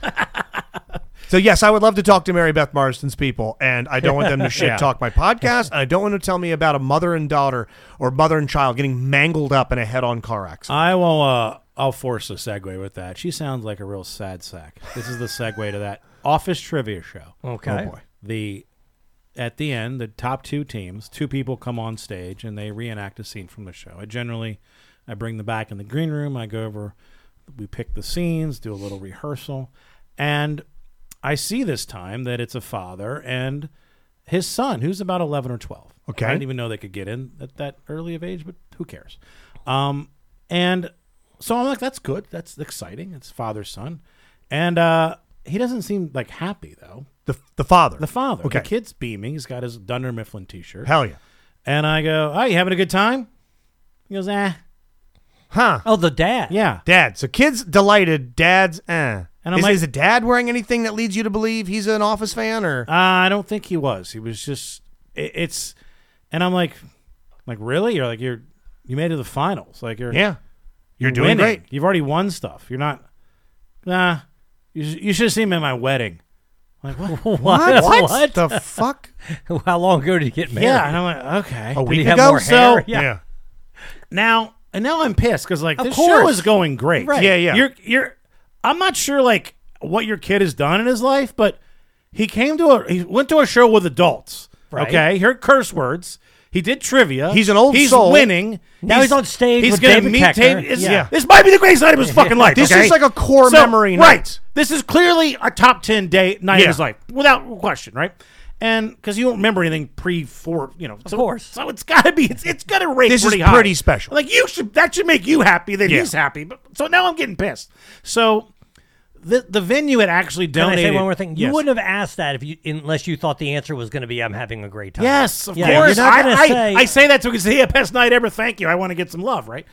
Speaker 6: So yes, I would love to talk to Mary Beth Marston's people, and I don't want them to shit talk my podcast. And I don't want to tell me about a mother and daughter or mother and child getting mangled up in a head-on car accident.
Speaker 5: I will. Uh, I'll force a segue with that. She sounds like a real sad sack. This is the segue to that office trivia show. Oh,
Speaker 7: Okay. boy.
Speaker 5: The at the end, the top two teams, two people come on stage and they reenact a scene from the show. I generally, I bring them back in the green room. I go over, we pick the scenes, do a little rehearsal, and I see this time that it's a father and his son, who's about eleven or twelve.
Speaker 6: Okay.
Speaker 5: I didn't even know they could get in at that early of age, but who cares? Um, and so I'm like, that's good. That's exciting. It's father son, and uh, he doesn't seem like happy though.
Speaker 7: Uh,
Speaker 6: The, the father.
Speaker 5: The father,
Speaker 6: Okay.
Speaker 5: the kid's beaming. He's got his Dunder Mifflin T-shirt,
Speaker 6: Hell yeah.
Speaker 5: and I go, "Oh, you having a good time?" He goes, "Eh,
Speaker 6: Huh.
Speaker 7: Oh, the dad.
Speaker 5: yeah."
Speaker 6: Dad. So kids delighted. Dad's eh.
Speaker 5: And I'm
Speaker 6: is,
Speaker 5: like-
Speaker 6: is the dad wearing anything that leads you to believe he's an office fan or?
Speaker 5: Uh, I don't think he was. He was just it, it's, and I'm like, like really? You're like you're you made it to the finals. Like you're
Speaker 6: yeah. You're doing
Speaker 5: winning.
Speaker 6: great.
Speaker 5: You've already won stuff. You're not. Nah, you, sh- you should have seen him at my wedding. I'm like
Speaker 6: Oh,
Speaker 5: what?
Speaker 7: What?
Speaker 6: What,
Speaker 7: What?
Speaker 6: the fuck?
Speaker 7: How long ago did he get married?
Speaker 5: Yeah, and I'm like okay.
Speaker 6: A
Speaker 7: Did he
Speaker 6: week
Speaker 7: have
Speaker 6: ago.
Speaker 7: more
Speaker 5: So-
Speaker 7: hair?
Speaker 6: yeah.
Speaker 7: yeah.
Speaker 5: now and now I'm pissed because like
Speaker 7: Of
Speaker 5: this show
Speaker 7: course.
Speaker 5: is going great.
Speaker 7: Right.
Speaker 6: Yeah, yeah.
Speaker 5: You're you're. I'm not sure like what your kid has done in his life, but he came to a he went to a show with adults.
Speaker 7: Right.
Speaker 5: Okay, he heard curse words. He did trivia.
Speaker 6: He's an old
Speaker 5: He's
Speaker 6: soul.
Speaker 5: winning.
Speaker 7: Now he's on stage
Speaker 5: He's
Speaker 7: with
Speaker 5: gonna
Speaker 7: David
Speaker 5: meet
Speaker 7: Koechner.
Speaker 5: David- This,
Speaker 6: Yeah.
Speaker 5: this might be the greatest night of his fucking life.
Speaker 6: This
Speaker 5: okay?
Speaker 6: is like a core
Speaker 5: So,
Speaker 6: memory night.
Speaker 5: Right. This is clearly a top ten day night
Speaker 6: Yeah.
Speaker 5: of his life, without question. Right. And because you don't remember anything pre four, you know, of so,
Speaker 7: course.
Speaker 5: so it's got to be it's, it's got to rate.
Speaker 6: This is
Speaker 5: pretty high.
Speaker 6: pretty special.
Speaker 5: Like you should that should make you happy that
Speaker 6: Yeah.
Speaker 5: he's happy. But so now I'm getting pissed. So the the venue had actually
Speaker 7: Can I
Speaker 5: donated.
Speaker 7: say one more thing? You
Speaker 5: Yes.
Speaker 7: wouldn't have asked that if you unless you thought the answer was going to be I'm having a great time.
Speaker 5: Yes, of
Speaker 7: Yeah, you're
Speaker 5: course.
Speaker 7: not
Speaker 5: I,
Speaker 7: gonna
Speaker 5: I,
Speaker 7: say-
Speaker 5: I say that to say, "Yeah, best night ever. Thank you. I want to get some love, right?"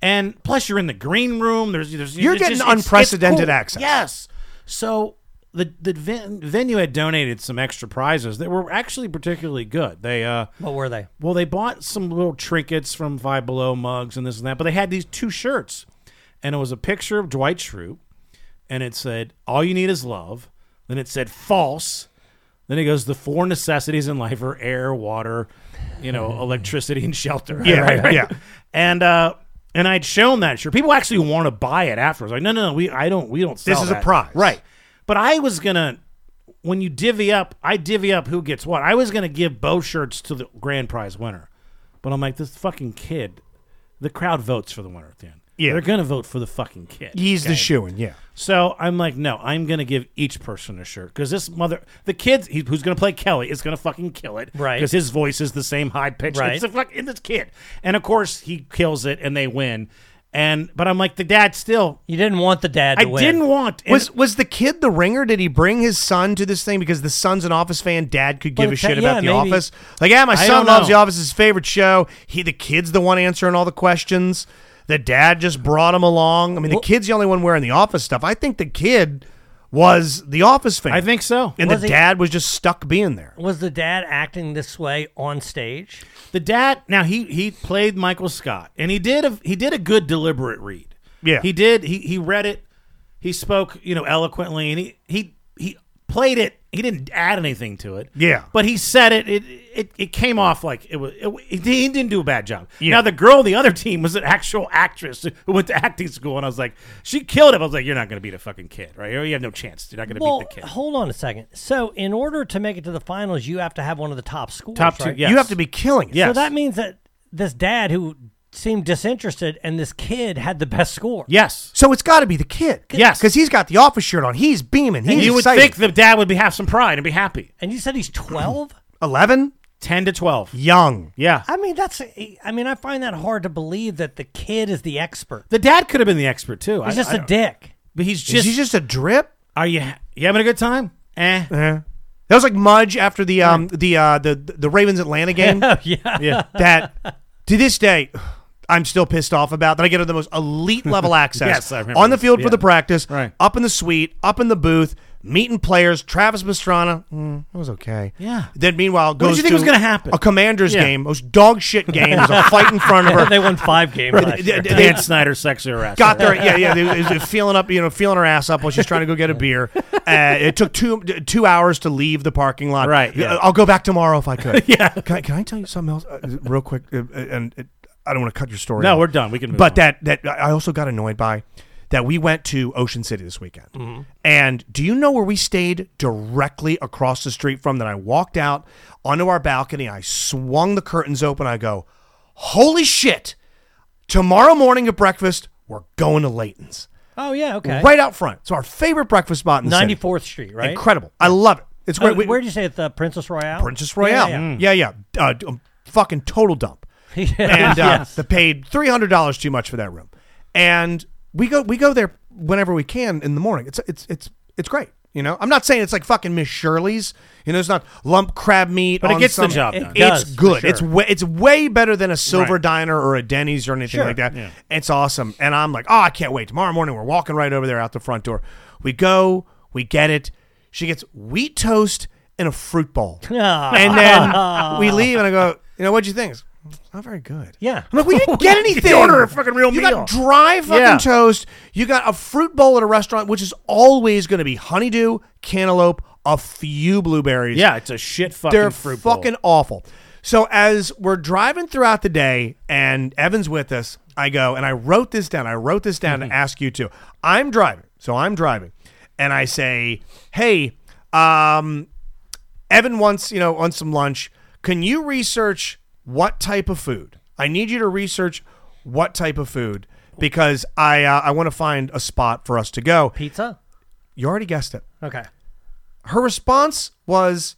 Speaker 5: And plus, you're in the green room. There's, there's
Speaker 6: You're
Speaker 5: it's
Speaker 6: getting
Speaker 5: just- it's- it's
Speaker 6: unprecedented
Speaker 5: cool.
Speaker 6: access.
Speaker 5: Yes. So the the ven- venue had donated some extra prizes that were actually particularly good. They uh,
Speaker 7: What were they?
Speaker 5: well, they bought some little trinkets from Five Below mugs and this and that, but they had these two shirts, and it was a picture of Dwight Schrute, and it said "All you need is love," then it said "False," then it goes "The four necessities in life are air, water, you know, electricity, and shelter."
Speaker 6: Yeah, yeah.
Speaker 5: and uh, and I'd shown that shirt. People actually want to buy it afterwards. Like, no, no, no, we I don't, we don't. Sell
Speaker 6: This is a
Speaker 5: that."
Speaker 6: prize.
Speaker 5: right? But I was gonna when you divvy up, I divvy up who gets what. I was gonna give both shirts to the grand prize winner, but I'm like this fucking kid. The crowd votes for the winner at the end.
Speaker 6: Yeah.
Speaker 5: they're gonna vote for the fucking kid.
Speaker 6: He's the
Speaker 5: okay?
Speaker 6: shoe in. Yeah.
Speaker 5: So I'm like, no, I'm gonna give each person a shirt because this mother, the kids he, who's gonna play Kelly is gonna fucking kill it,
Speaker 7: Right.
Speaker 5: Because his voice is the same high pitch.
Speaker 7: Right.
Speaker 5: It's a fuck, it's this kid, and of course he kills it, and they win. And but I'm like the dad still.
Speaker 7: You didn't want the dad to
Speaker 5: I
Speaker 7: win.
Speaker 5: didn't want and-
Speaker 6: Was was the kid the ringer? Did he bring his son to this thing because the son's an Office fan? Dad could give
Speaker 7: Well,
Speaker 6: a shit
Speaker 7: yeah,
Speaker 6: about the
Speaker 7: maybe.
Speaker 6: Office. Like, yeah, my
Speaker 5: I
Speaker 6: son
Speaker 5: don't
Speaker 6: loves
Speaker 5: know.
Speaker 6: the Office. His favorite show. He the kid's the one answering all the questions. The dad just brought him along. I mean,
Speaker 7: Well-
Speaker 6: the kid's the only one wearing the Office stuff. I think the kid was the Office fan.
Speaker 5: I think so.
Speaker 6: and
Speaker 7: Was
Speaker 6: the
Speaker 7: he-
Speaker 6: dad was just stuck being there.
Speaker 7: Was the dad acting this way on stage?
Speaker 5: The dad now he he played Michael Scott and he did a he did a good deliberate read.
Speaker 6: Yeah.
Speaker 5: He did he he read it, he spoke, you know, eloquently and he he he played it he didn't add anything to it.
Speaker 6: Yeah.
Speaker 5: but he said it. It it, it came off like it was. It, it- he didn't do a bad job.
Speaker 6: Yeah.
Speaker 5: Now the girl, on the other team, was an actual actress who went to acting school, and I was like, she killed him. I was like, you're not going to beat a fucking kid, right? You have no chance. You're not going to
Speaker 7: Well, uh,
Speaker 5: beat the kid.
Speaker 7: hold on a second. So, in order to make it to the finals, you have to have one of the top schools.
Speaker 5: Top two,
Speaker 7: right?
Speaker 5: yeah.
Speaker 6: You have to be killing it.
Speaker 5: Yeah.
Speaker 7: So
Speaker 5: Yes.
Speaker 7: that means that this dad who seemed disinterested and this kid had the best score.
Speaker 5: Yes.
Speaker 6: So it's got to be the kid.
Speaker 5: Yes.
Speaker 6: Because he's got the office shirt on. He's beaming. He's
Speaker 5: And you would
Speaker 6: excited.
Speaker 5: think the dad would be have some pride and be happy.
Speaker 7: And you said he's 12?
Speaker 6: 11?
Speaker 5: Ten to twelve.
Speaker 6: Young.
Speaker 5: Yeah.
Speaker 7: I mean, that's. I mean, I find that hard to believe that the kid is the expert.
Speaker 5: The dad could have been the expert too.
Speaker 7: He's
Speaker 5: I-
Speaker 7: just
Speaker 5: I
Speaker 7: a
Speaker 5: don't-
Speaker 7: dick.
Speaker 5: But he's
Speaker 6: Is
Speaker 5: just.
Speaker 6: he just a drip?
Speaker 5: are you you having a good time? Eh.
Speaker 6: Yeah. That was like Mudge after the um the uh the the Ravens Atlanta game.
Speaker 7: yeah.
Speaker 5: Oh, Yeah.
Speaker 6: that to this day I'm still pissed off about that I get the most elite level access
Speaker 5: Yes, I remember
Speaker 6: on the
Speaker 5: this.
Speaker 6: field for
Speaker 5: Yeah.
Speaker 6: the practice,
Speaker 5: Right.
Speaker 6: up in the suite, up in the booth, meeting players. Travis Pastrana, mm, it was okay.
Speaker 5: Yeah.
Speaker 6: Then meanwhile,
Speaker 5: did
Speaker 6: goes
Speaker 5: you think
Speaker 6: to
Speaker 5: was gonna happen?
Speaker 6: A Commanders
Speaker 5: Yeah.
Speaker 6: game, most dog shit game, There's a fight in front of her.
Speaker 7: they won five games last year.
Speaker 6: They-
Speaker 5: Dan Snyder sexually harassed.
Speaker 6: got there. Yeah, yeah. They, they was feeling up, you know, feeling her ass up while she's trying to go get a beer. Uh, it took two two hours to leave the parking lot.
Speaker 5: Right, yeah.
Speaker 6: Uh, I'll go back tomorrow if I could.
Speaker 5: Yeah.
Speaker 6: Can I, can I tell you something else, uh, real quick? Uh, uh, and it, I don't want to cut your story.
Speaker 5: No,
Speaker 6: off.
Speaker 5: we're done. We can. Move
Speaker 6: But
Speaker 5: on.
Speaker 6: that that I also got annoyed by that we went to Ocean City this weekend.
Speaker 5: Mm-hmm.
Speaker 6: And do you know where we stayed directly across the street from that I walked out onto our balcony, I swung the curtains open, I go, "Holy shit. Tomorrow morning at breakfast, we're going to Layton's."
Speaker 7: Oh yeah. Okay.
Speaker 6: Right out front. It's our favorite breakfast spot in the city.
Speaker 7: Ninety fourth Street. Right.
Speaker 6: Incredible. I love it. It's
Speaker 7: Oh,
Speaker 5: Uh,
Speaker 6: great. We-
Speaker 7: where'd you say it? The Princess Royale.
Speaker 6: Princess Royale.
Speaker 7: Yeah. yeah,
Speaker 6: Yeah, yeah. Uh, d- um, fucking total dump. And uh, they paid three hundred dollars too much for that room. And we go we go there whenever we can in the morning. It's it's it's it's great. You know, I'm not saying it's like fucking Miss Shirley's. You know, it's not lump crab meat.
Speaker 5: But it
Speaker 6: on
Speaker 5: gets the
Speaker 6: some-
Speaker 5: job done.
Speaker 7: It does,
Speaker 6: it's
Speaker 7: for
Speaker 6: good.
Speaker 7: sure.
Speaker 6: It's way, it's way better than a silver
Speaker 5: Right.
Speaker 6: diner or a Denny's or anything
Speaker 7: Sure.
Speaker 6: like that. It's awesome. And I'm like, oh, I can't wait. Tomorrow morning, we're walking right over there out the front door. We go, we get it. She gets wheat toast and a fruit bowl.
Speaker 5: Oh,
Speaker 7: Ah.
Speaker 6: and then we leave, and I go, you know, what'd you think? It's not very good.
Speaker 7: Yeah.
Speaker 6: I'm like, we didn't get anything.
Speaker 8: order a fucking real
Speaker 6: you
Speaker 8: meal.
Speaker 6: got dry fucking
Speaker 8: Yeah.
Speaker 6: toast. You got a fruit bowl at a restaurant, which is always going to be honeydew, cantaloupe, a few blueberries.
Speaker 5: yeah, it's a shit fucking
Speaker 6: They're
Speaker 5: fruit bowl.
Speaker 6: fucking awful. So as we're driving throughout the day and Evan's with us, I go and I wrote this down. I wrote this down to ask you to. I'm driving. So I'm driving. And I say, "Hey, um Evan wants, you know, on some lunch. Can you research what type of food? I need you to research what type of food because I uh, I want to find a spot for us to go.
Speaker 7: Pizza.
Speaker 6: You already guessed it
Speaker 7: Okay.
Speaker 6: her response was,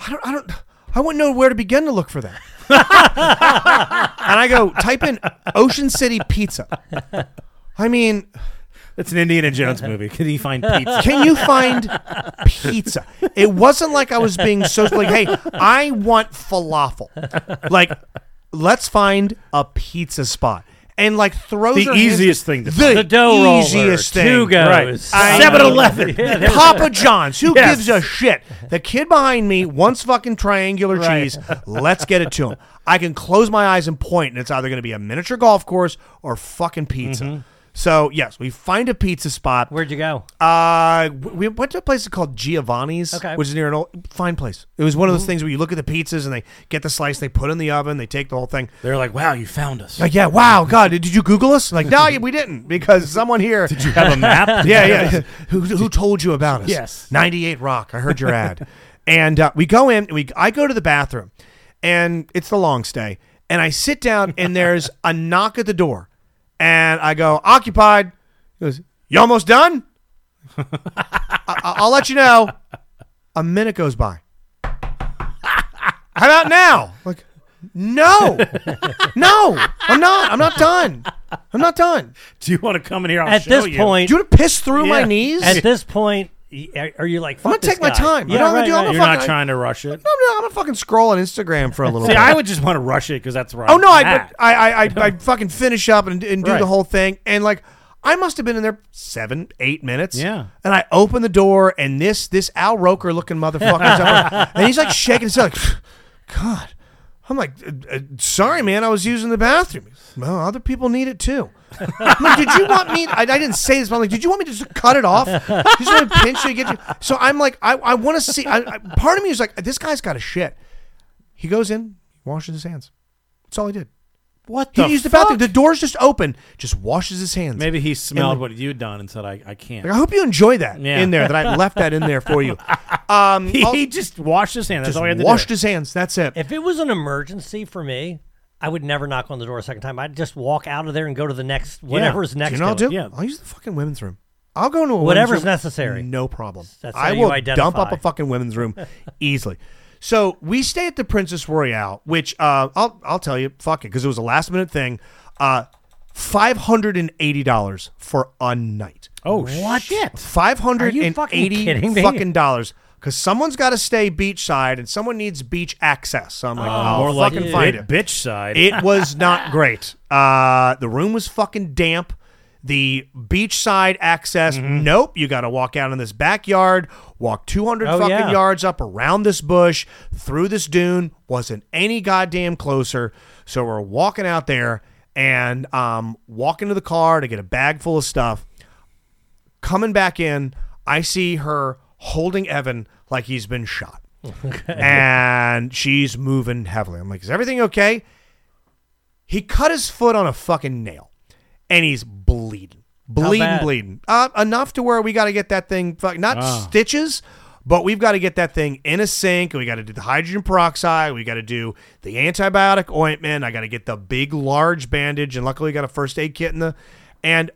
Speaker 6: I don't, I don't, I wouldn't know where to begin to look for that. and I go, type in Ocean City pizza. I mean,
Speaker 5: It's an Indiana Jones movie. Can he find pizza?
Speaker 6: can you find pizza? It wasn't like I was being so like, hey, I want falafel. Like, let's find a pizza spot. And like throws
Speaker 5: The
Speaker 6: her hands-
Speaker 5: easiest thing to
Speaker 6: the,
Speaker 5: find.
Speaker 7: The dough roller.
Speaker 6: easiest thing
Speaker 7: Two goes.
Speaker 6: I-
Speaker 5: 7-Eleven.
Speaker 6: Papa John's. Who
Speaker 5: Yes.
Speaker 6: gives a shit? The kid behind me wants fucking triangular cheese. Let's get it to him. I can close my eyes and point, and it's either going to be a miniature golf course or fucking pizza.
Speaker 5: Mm-hmm.
Speaker 6: So yes, we find a pizza spot.
Speaker 7: Where'd you go?
Speaker 6: Uh, we went to a place called Giovanni's,
Speaker 7: Okay.
Speaker 6: which is near an old fine place. It was one of those things where you look at the pizzas and they get the slice, they put it in the oven, they take the whole thing.
Speaker 5: They're like, wow, you found us.
Speaker 6: Like, yeah, wow, God, did you Google us? Like, no, we didn't because someone here
Speaker 5: Did you have a map?
Speaker 6: yeah, yeah. who, who told you about us?
Speaker 5: Yes.
Speaker 6: 98 Rock. I heard your ad. and uh, we go in, and we I go to the bathroom, and it's the long stay. And I sit down, and there's a knock at the door. And I go, occupied. He goes, You almost done? I- I- I'll let you know. A minute goes by. How about now? Like, no, no, I'm not. I'm not done. I'm not done.
Speaker 5: Do you want to come in here? I'll
Speaker 7: At
Speaker 5: show
Speaker 7: this
Speaker 5: you.
Speaker 7: point,
Speaker 6: Do you want to piss through my
Speaker 5: Yeah.
Speaker 6: knees?
Speaker 7: at this point, y- are- are you like?
Speaker 6: I'm
Speaker 7: "Fuck
Speaker 6: gonna
Speaker 7: this
Speaker 6: take my
Speaker 7: guy."
Speaker 6: time. I
Speaker 7: Yeah,
Speaker 6: don't wanna
Speaker 7: right,
Speaker 6: do- I'm
Speaker 7: right.
Speaker 6: gonna
Speaker 5: you're
Speaker 6: fuck-
Speaker 5: not trying to rush it.
Speaker 6: I'm gonna, I'm gonna fucking scroll on Instagram for a little
Speaker 5: See,
Speaker 6: bit.
Speaker 5: I would just want to rush it because that's right.
Speaker 6: oh no, I, I I I I fucking finish up and, and do
Speaker 5: Right.
Speaker 6: the whole thing, and like I must have been in there seven, eight minutes.
Speaker 5: Yeah.
Speaker 6: and I open the door, and this this Al Roker looking motherfucker, is up there, and he's like shaking his head, like, God. I'm like, uh, uh, sorry, man, I was using the bathroom. He's, Well, other people need it too. I'm like, did you want me? I, I didn't say this, but I'm like, did you want me to just cut it off? You just want to pinch it, get you. So I'm like, I, I want to see. I, I, part of me is like, this guy's got a shit. He goes in, washes his hands. That's all he did.
Speaker 5: What
Speaker 6: He
Speaker 5: the
Speaker 6: used the
Speaker 5: fuck?
Speaker 6: bathroom. The door's just open. Just washes his hands.
Speaker 5: Maybe he smelled
Speaker 6: like-
Speaker 5: what you'd done and said, "I, I can't."
Speaker 6: Like, I hope you enjoy that
Speaker 5: Yeah.
Speaker 6: in there. That I left that in there for you. Um,
Speaker 5: he,
Speaker 6: I'll-
Speaker 5: he just washed his hands. That's
Speaker 6: just
Speaker 5: all he had to
Speaker 6: washed
Speaker 5: do.
Speaker 6: his hands. That's it.
Speaker 7: If it was an emergency for me, I would never knock on the door a second time. I'd just walk out of there and go to the next whatever's next.
Speaker 6: you know what I'll
Speaker 7: to
Speaker 6: do?
Speaker 7: it.
Speaker 5: yeah.
Speaker 6: I'll use the fucking women's room. I'll go into a women's
Speaker 7: Whatever's
Speaker 6: room,
Speaker 7: necessary.
Speaker 6: No problem.
Speaker 7: That's how
Speaker 6: I
Speaker 7: you
Speaker 6: will dump
Speaker 7: identify.
Speaker 6: up a fucking women's room easily. So we stay at the Princess Royale, which uh, I'll I'll tell you, fuck it, because it was a last minute thing. Uh, Five hundred and eighty dollars for a night.
Speaker 5: Oh what? shit!
Speaker 6: Five hundred
Speaker 7: Are you
Speaker 6: and
Speaker 7: fucking
Speaker 6: eighty
Speaker 7: kidding me?
Speaker 6: fucking dollars. Because someone's got to stay beachside and someone needs beach access. So I'm
Speaker 7: Oh,
Speaker 6: like, I'll
Speaker 5: More like
Speaker 6: fucking find
Speaker 5: bit-
Speaker 6: it.
Speaker 5: bitch side.
Speaker 6: It was not great. Uh, the room was fucking damp. The beachside access,
Speaker 7: Mm-hmm.
Speaker 6: nope. You got to walk out in this backyard, walk 200
Speaker 7: Oh,
Speaker 6: fucking
Speaker 7: yeah.
Speaker 6: yards up around this bush, through this dune. Wasn't any goddamn closer. So we're walking out there and um, walking to the car to get a bag full of stuff. Coming back in, I see her holding Evan like he's been shot. And she's moving heavily. I'm like, is everything okay? He cut his foot on a fucking nail, and he's bleeding, bleeding,
Speaker 7: bad?
Speaker 6: bleeding. Uh, enough to where we got to get that thing fuck, not stitches, but we've got to get that thing in a sink, and we got to do the hydrogen peroxide, we got to do the antibiotic ointment. I got to get the big, large bandage, and luckily we got a first aid kit in the, and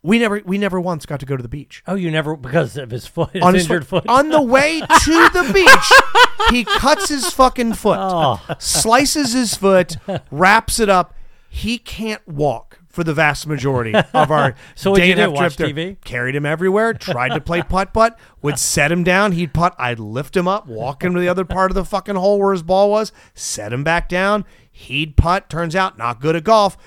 Speaker 6: we never, we never once got to go to the beach.
Speaker 7: Oh, you never because of his foot, his
Speaker 6: On his
Speaker 7: injured foot.
Speaker 6: on the way to the beach, he cuts his fucking foot,
Speaker 7: Oh.
Speaker 6: slices his foot, wraps it up. He can't walk for the vast majority of our
Speaker 7: So what'd
Speaker 6: day
Speaker 7: you
Speaker 6: and
Speaker 7: do,
Speaker 6: a half trip
Speaker 7: watch
Speaker 6: there.
Speaker 7: TV?
Speaker 6: Carried him everywhere. Tried to play putt putt. Would set him down. He'd putt. I'd lift him up, walk him to the other part of the fucking hole where his ball was. Set him back down. He'd putt. Turns out not good at golf.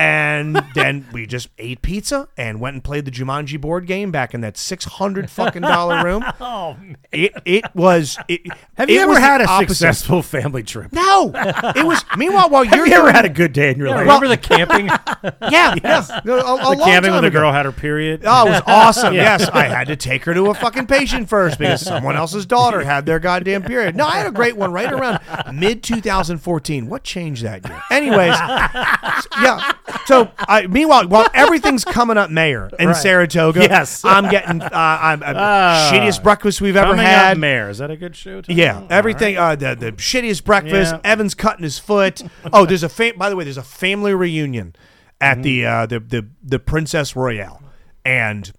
Speaker 6: And then we just ate pizza and went and played the Jumanji board game back in that six hundred fucking dollar room. oh, it it was. It,
Speaker 8: Have you
Speaker 6: it
Speaker 8: ever
Speaker 6: was
Speaker 8: had
Speaker 6: the
Speaker 8: a
Speaker 6: opposite.
Speaker 8: successful family trip?
Speaker 6: No, it was. Meanwhile, while
Speaker 8: Have
Speaker 6: you're
Speaker 8: you ever
Speaker 6: doing-
Speaker 8: had a good day in your life?
Speaker 7: Remember the camping?
Speaker 6: yeah, yeah, no, a, a
Speaker 5: the
Speaker 6: long
Speaker 5: camping
Speaker 6: time
Speaker 5: with a
Speaker 6: ago.
Speaker 5: girl had her period.
Speaker 6: Oh, it was awesome. Yes, I had to take her to a fucking patient first because someone else's daughter had their goddamn period. No, I had a great one right around mid 2014. What changed that year? Anyways, s- yeah. So, I, meanwhile, while everything's coming up, Mayor in Saratoga,
Speaker 8: Yes.
Speaker 6: I'm getting uh, I'm, I'm
Speaker 5: Ah.
Speaker 6: shittiest breakfast we've ever
Speaker 5: Coming
Speaker 6: had.
Speaker 5: up, mayor. Is that a good show? title?
Speaker 6: Yeah,
Speaker 7: Mm,
Speaker 5: All
Speaker 6: everything. Uh, the the shittiest breakfast.
Speaker 5: Yeah.
Speaker 6: Evans cutting his foot. Oh, there's a fam- by the way, there's a family reunion at the
Speaker 7: Mm-hmm.
Speaker 6: uh, the the the Princess Royale, and,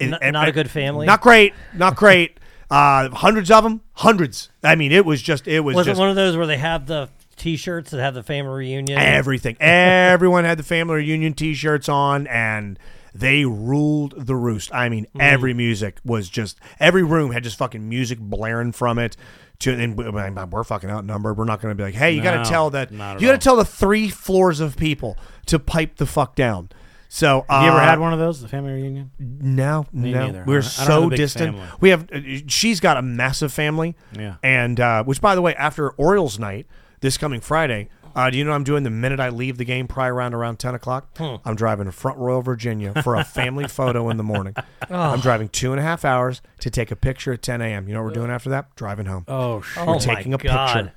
Speaker 6: and-
Speaker 7: N-
Speaker 6: and-
Speaker 7: not a good family?
Speaker 6: Not great. Not great. Uh, hundreds of them. Hundreds. I mean, it was just it was,
Speaker 7: Was it
Speaker 6: just
Speaker 7: one of those where they have the T-shirts that have the family reunion?
Speaker 6: everything. Everyone had the family reunion T-shirts on, and they ruled the roost. I mean,
Speaker 5: Mm.
Speaker 6: every music was just every room had just fucking music blaring from it. To and we- I mean, we're fucking outnumbered. We're not going to be like, hey, you got
Speaker 5: No,
Speaker 6: to tell that you
Speaker 5: not at
Speaker 6: got to
Speaker 5: all.
Speaker 6: tell the three floors of people to pipe the fuck down. So uh,
Speaker 5: Have you ever had one of those? The family reunion.
Speaker 6: no, no.
Speaker 5: neither. I
Speaker 6: We're
Speaker 5: don't have
Speaker 6: so
Speaker 5: a big
Speaker 6: distant.
Speaker 5: family.
Speaker 6: We have. uh, She's got a massive family.
Speaker 5: Yeah.
Speaker 6: And uh, which, by the way, after Orioles night this coming Friday, uh, do you know what I'm doing the minute I leave the game prior round around 10 o'clock?
Speaker 5: Hmm.
Speaker 6: I'm driving to Front Royal, Virginia for a family photo in the morning. I'm driving two and a half hours to take a picture at 10 a.m. You know what we're doing after that? Driving home.
Speaker 5: Oh shit!
Speaker 7: Oh
Speaker 6: we're taking
Speaker 7: my
Speaker 6: a
Speaker 7: God.
Speaker 6: picture.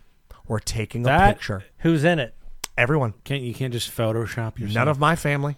Speaker 6: We're taking a
Speaker 5: That-
Speaker 6: picture.
Speaker 7: Who's in it?
Speaker 6: Everyone.
Speaker 5: Can't you can't just Photoshop yourself?
Speaker 6: None of my family,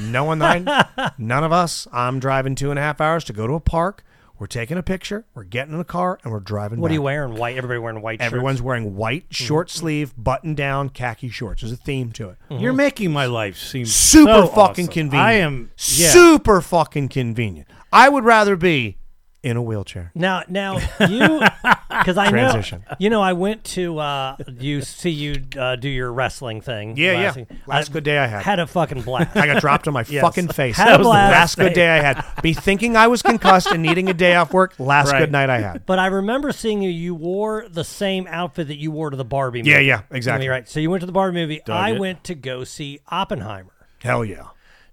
Speaker 6: no one that I, none of us. I'm driving two and a half hours to go to a park. We're taking a picture. We're getting in a car and we're driving.
Speaker 7: What
Speaker 6: back.
Speaker 7: are you wearing? White. Everybody wearing white.
Speaker 6: Everyone's
Speaker 7: Shirts.
Speaker 6: wearing white short sleeve button down khaki shorts. There's a theme to it.
Speaker 5: You're making my life seem
Speaker 6: Super
Speaker 5: so
Speaker 6: fucking
Speaker 5: awesome.
Speaker 6: convenient.
Speaker 5: I am. Yeah.
Speaker 6: super fucking convenient. I would rather be in a wheelchair.
Speaker 7: Now, now you, because I
Speaker 6: Transition.
Speaker 7: know, you know, I went to uh, you see you uh, do your wrestling thing.
Speaker 6: Yeah,
Speaker 7: last
Speaker 6: yeah.
Speaker 7: thing.
Speaker 6: Last good day I had.
Speaker 7: Had a fucking blast.
Speaker 6: I got dropped on my fucking face.
Speaker 7: Had a
Speaker 6: That was the
Speaker 7: blast.
Speaker 6: last good day I had. Me thinking I was concussed and needing a day off work. Last
Speaker 5: Right.
Speaker 6: good night I had.
Speaker 7: But I remember seeing you. You wore the same outfit that you wore to the Barbie movie.
Speaker 6: Yeah, yeah,
Speaker 7: I mean,
Speaker 6: exactly.
Speaker 7: Right. So you went to the Barbie movie. I
Speaker 5: it.
Speaker 7: went to go see Oppenheimer.
Speaker 6: Hell yeah.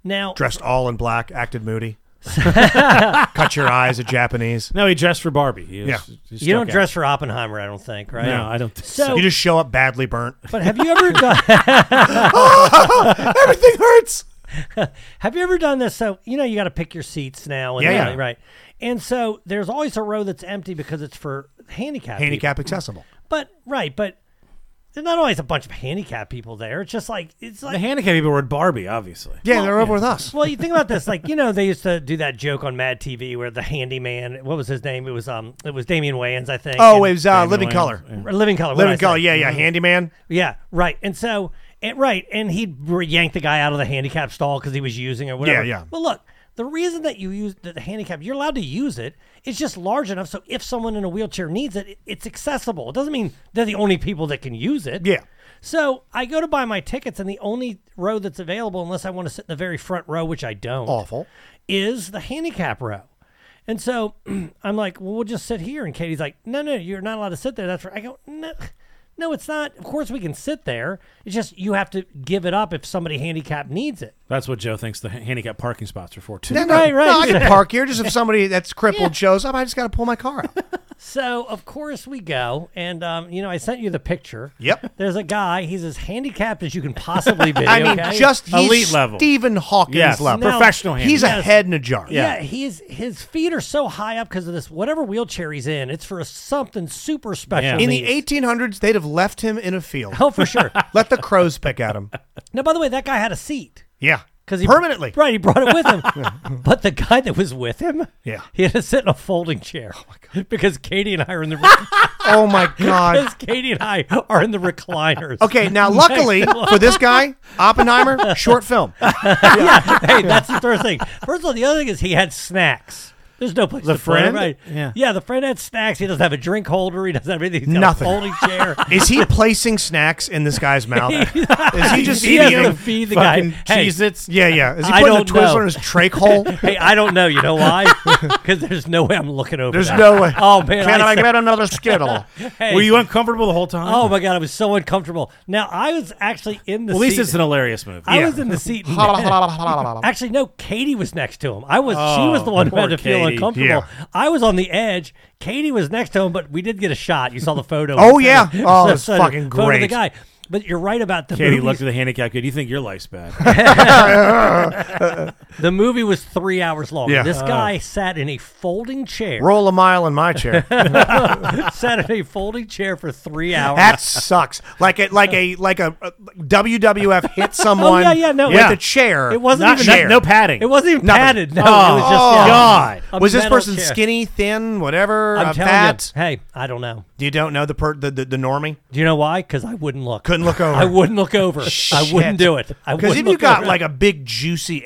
Speaker 7: Now,
Speaker 6: Dressed all in black, acted moody. Cut your eyes at Japanese.
Speaker 5: No, he dressed for Barbie. He was-
Speaker 6: Yeah.
Speaker 5: he
Speaker 7: You don't
Speaker 5: stuck out.
Speaker 7: dress for Oppenheimer, I don't think, right?
Speaker 5: No, I don't think so.
Speaker 7: So,
Speaker 6: You just show up badly burnt.
Speaker 7: but have you ever done?
Speaker 6: Everything hurts.
Speaker 7: Have you ever done this? So you know you got to pick your seats now. And
Speaker 6: Yeah, yeah.
Speaker 7: uh, right. And so there's always a row that's empty because it's for handicap. people.
Speaker 6: Handicap accessible.
Speaker 7: But right, but there's not always a bunch of handicap people there. It's just like it's
Speaker 5: The
Speaker 7: like.
Speaker 5: handicap people were at Barbie, obviously.
Speaker 6: Yeah, they're over with us.
Speaker 7: well, you think about this, like you know, they used to do that joke on Mad TV where the handyman, what was his name? It was um, it was Damian Wayans, I think.
Speaker 6: Oh, it
Speaker 7: and,
Speaker 6: was uh, Living
Speaker 5: Wayans,
Speaker 6: Color.
Speaker 5: yeah.
Speaker 7: or Living Color. what did I
Speaker 6: Living
Speaker 7: say?
Speaker 6: Color. Yeah, yeah. Handyman.
Speaker 7: Yeah, right. And so, and, right, and he'd r- yank the guy out of the handicap stall because he was using it or whatever.
Speaker 6: yeah.
Speaker 7: Well, look, the reason that you use the, the handicap, you're allowed to use it. It's just large enough so if someone in a wheelchair needs it, it- it's accessible. It doesn't mean they're the only people that can use it.
Speaker 6: Yeah.
Speaker 7: So I go to buy my tickets, and the only row that's available, unless I want to sit in the very front row, which I don't,
Speaker 6: Awful.
Speaker 7: is the handicap row. And so I'm like, well, we'll just sit here. And Katie's like, no, no, you're not allowed to sit there. That's right. I go, no, no, it's not. Of course we can sit there. It's just you have to give it up if somebody handicapped needs it.
Speaker 5: That's what Joe thinks the ha- handicap parking spots are for, too.
Speaker 6: No, no,
Speaker 7: Right, right.
Speaker 6: No, I can park here. Just if somebody that's crippled shows up, I just got to pull my car out.
Speaker 7: So of course we go. And, um, you know, I sent you the picture.
Speaker 6: Yep.
Speaker 7: There's a guy. He's as handicapped as you can possibly be.
Speaker 6: I mean,
Speaker 7: okay?
Speaker 6: just he's
Speaker 5: Elite level.
Speaker 6: Stephen Hawkins
Speaker 5: Yes.
Speaker 6: level.
Speaker 7: Now-
Speaker 5: Professional
Speaker 6: He's a
Speaker 7: Yes.
Speaker 6: head in a jar.
Speaker 7: Yeah. he's his feet are so high up because of this whatever wheelchair he's in. It's for something super special.
Speaker 5: Yeah.
Speaker 6: In the
Speaker 7: needs.
Speaker 6: 1800s, they'd have left him in a field.
Speaker 7: oh for sure.
Speaker 6: Let the crows pick at him.
Speaker 7: now, by the way, that guy had a seat.
Speaker 6: Yeah.
Speaker 7: because he
Speaker 6: Permanently.
Speaker 7: right he brought it with him but the guy that was with him
Speaker 6: Yeah.
Speaker 7: he had to sit in a folding chair because katie and i are in the re-
Speaker 6: Oh, my God.
Speaker 7: because katie and i are in the recliners
Speaker 6: Okay, now luckily for this guy, Oppenheimer, short film.
Speaker 7: yeah hey that's the first thing first of all the other thing is he had snacks there's no place
Speaker 5: The
Speaker 7: to put him,
Speaker 5: friend?
Speaker 7: right
Speaker 5: Yeah.
Speaker 7: yeah the friend had snacks he doesn't have a drink holder he doesn't have anything He's got
Speaker 6: Nothing.
Speaker 7: a folding chair
Speaker 6: Is he placing snacks in this guy's mouth? Is he just
Speaker 7: he has to
Speaker 6: eating?
Speaker 7: feed the guy hey,
Speaker 5: Cheez-Its.
Speaker 6: Yeah, yeah. Is he
Speaker 7: I
Speaker 6: putting a
Speaker 7: don't
Speaker 6: Twizzler
Speaker 7: know.
Speaker 6: in his trach hole?
Speaker 7: hey i don't know you know why because there's no way i'm looking over
Speaker 6: There's
Speaker 7: that.
Speaker 6: no way.
Speaker 7: oh man
Speaker 6: Can I,
Speaker 7: said-
Speaker 6: get another Skittle?
Speaker 7: hey,
Speaker 5: Were you uncomfortable the whole time?
Speaker 7: Oh my god, I was so uncomfortable. Now I was actually in the
Speaker 5: At least
Speaker 7: seat.
Speaker 5: it's an hilarious movie.
Speaker 7: I
Speaker 6: Yeah.
Speaker 7: was in the seat.
Speaker 6: Actually,
Speaker 7: actually, no, Katie was next to him. I was. she was the one who
Speaker 5: poor
Speaker 7: had to feel
Speaker 5: Katie.
Speaker 7: uncomfortable.
Speaker 6: Oh, Yeah.
Speaker 7: I was on the edge. Katie was next to him, but we did get a shot. You saw the photo.
Speaker 6: Oh, yeah.
Speaker 7: So-
Speaker 6: Oh, it was
Speaker 7: so-
Speaker 6: fucking
Speaker 7: photo of the
Speaker 6: great.
Speaker 7: guy. But you're right about the
Speaker 5: Katie
Speaker 7: movies.
Speaker 5: looked at the handicap kid. You think your life's bad?
Speaker 7: the movie was three hours long.
Speaker 6: Yeah. Uh.
Speaker 7: This guy sat in a folding chair.
Speaker 6: roll a mile in my chair.
Speaker 7: sat in a folding chair for three hours.
Speaker 6: That sucks. Like a like a like a uh, WWF hit someone.
Speaker 7: Oh, yeah, yeah, no.
Speaker 6: with
Speaker 7: Yeah.
Speaker 6: a chair.
Speaker 7: It wasn't
Speaker 5: Not-
Speaker 7: even
Speaker 5: no, no padding.
Speaker 7: It wasn't even
Speaker 6: Nothing.
Speaker 7: padded. No,
Speaker 6: Oh,
Speaker 7: it was just yeah.
Speaker 6: God.
Speaker 7: A
Speaker 6: was this
Speaker 7: metal
Speaker 6: person
Speaker 7: chair.
Speaker 6: skinny, thin, whatever,
Speaker 7: I'm
Speaker 6: uh,
Speaker 7: telling
Speaker 6: fat?
Speaker 7: you. Hey, I don't know.
Speaker 6: You don't know the per the, the, the normie.
Speaker 7: Do you know why? Because I wouldn't look.
Speaker 6: Couldn't look over.
Speaker 7: I wouldn't look over. I wouldn't do it. I
Speaker 6: Because
Speaker 7: wouldn't
Speaker 6: if you
Speaker 7: look
Speaker 6: got
Speaker 7: over.
Speaker 6: like a big juicy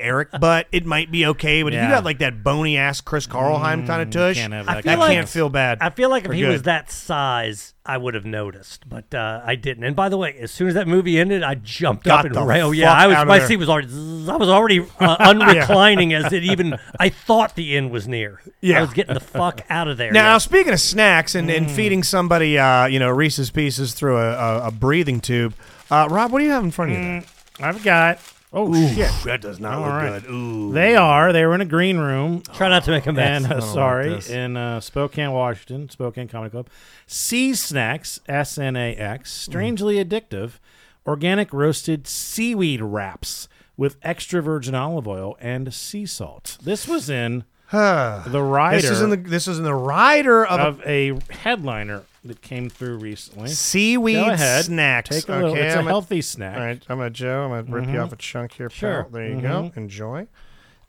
Speaker 6: Eric butt, it might be okay. But if
Speaker 5: Yeah. Mm,
Speaker 6: you got like that bony ass Chris Carlheim kind of tush,
Speaker 5: can't have
Speaker 6: I,
Speaker 5: that
Speaker 7: kind of
Speaker 6: can't
Speaker 7: ass.
Speaker 6: feel bad.
Speaker 7: I feel like if
Speaker 6: for
Speaker 7: he
Speaker 6: good.
Speaker 7: was that size, I would have noticed, but uh, I didn't. And by the way, as soon as that movie ended, I jumped
Speaker 6: Got
Speaker 7: up and
Speaker 6: the
Speaker 7: ran. Oh yeah,
Speaker 6: fuck
Speaker 7: I was.
Speaker 6: outta
Speaker 7: My
Speaker 6: there.
Speaker 7: seat was already. zzz, I was already uh, unreclining as it even. I thought the end was near. I
Speaker 6: Yeah.
Speaker 7: was getting the fuck out of there.
Speaker 6: now
Speaker 7: Yeah.
Speaker 6: speaking of snacks and,
Speaker 5: Mm.
Speaker 6: and feeding somebody, uh, you know, Reese's Pieces through a, a, a breathing tube. Uh, Rob, what do you have in front of you? there?
Speaker 5: I've got. Oh shit!
Speaker 6: That does not
Speaker 5: All
Speaker 6: look
Speaker 5: right.
Speaker 6: good. Ooh.
Speaker 5: They are. They were in a green room.
Speaker 7: try not to make a mess.
Speaker 5: And uh,
Speaker 6: about
Speaker 5: sorry,
Speaker 6: this.
Speaker 5: in uh, Spokane, Washington, Spokane Comedy Club, sea snacks, S N A X, strangely addictive, organic roasted seaweed wraps with extra virgin olive oil and sea salt. This was in the rider
Speaker 6: This is in the this is in the rider of,
Speaker 5: of a headliner that came through recently.
Speaker 6: a seaweed
Speaker 5: Go ahead,
Speaker 6: snacks.
Speaker 5: Take a
Speaker 6: okay,
Speaker 5: little. It's a
Speaker 6: I'm gonna-
Speaker 5: healthy snack.
Speaker 6: All right, I'm a Joe. I'm gonna rip you off a chunk here.
Speaker 5: Mm-hmm. Sure. Mm-hmm.
Speaker 6: Sure. There you go. Enjoy.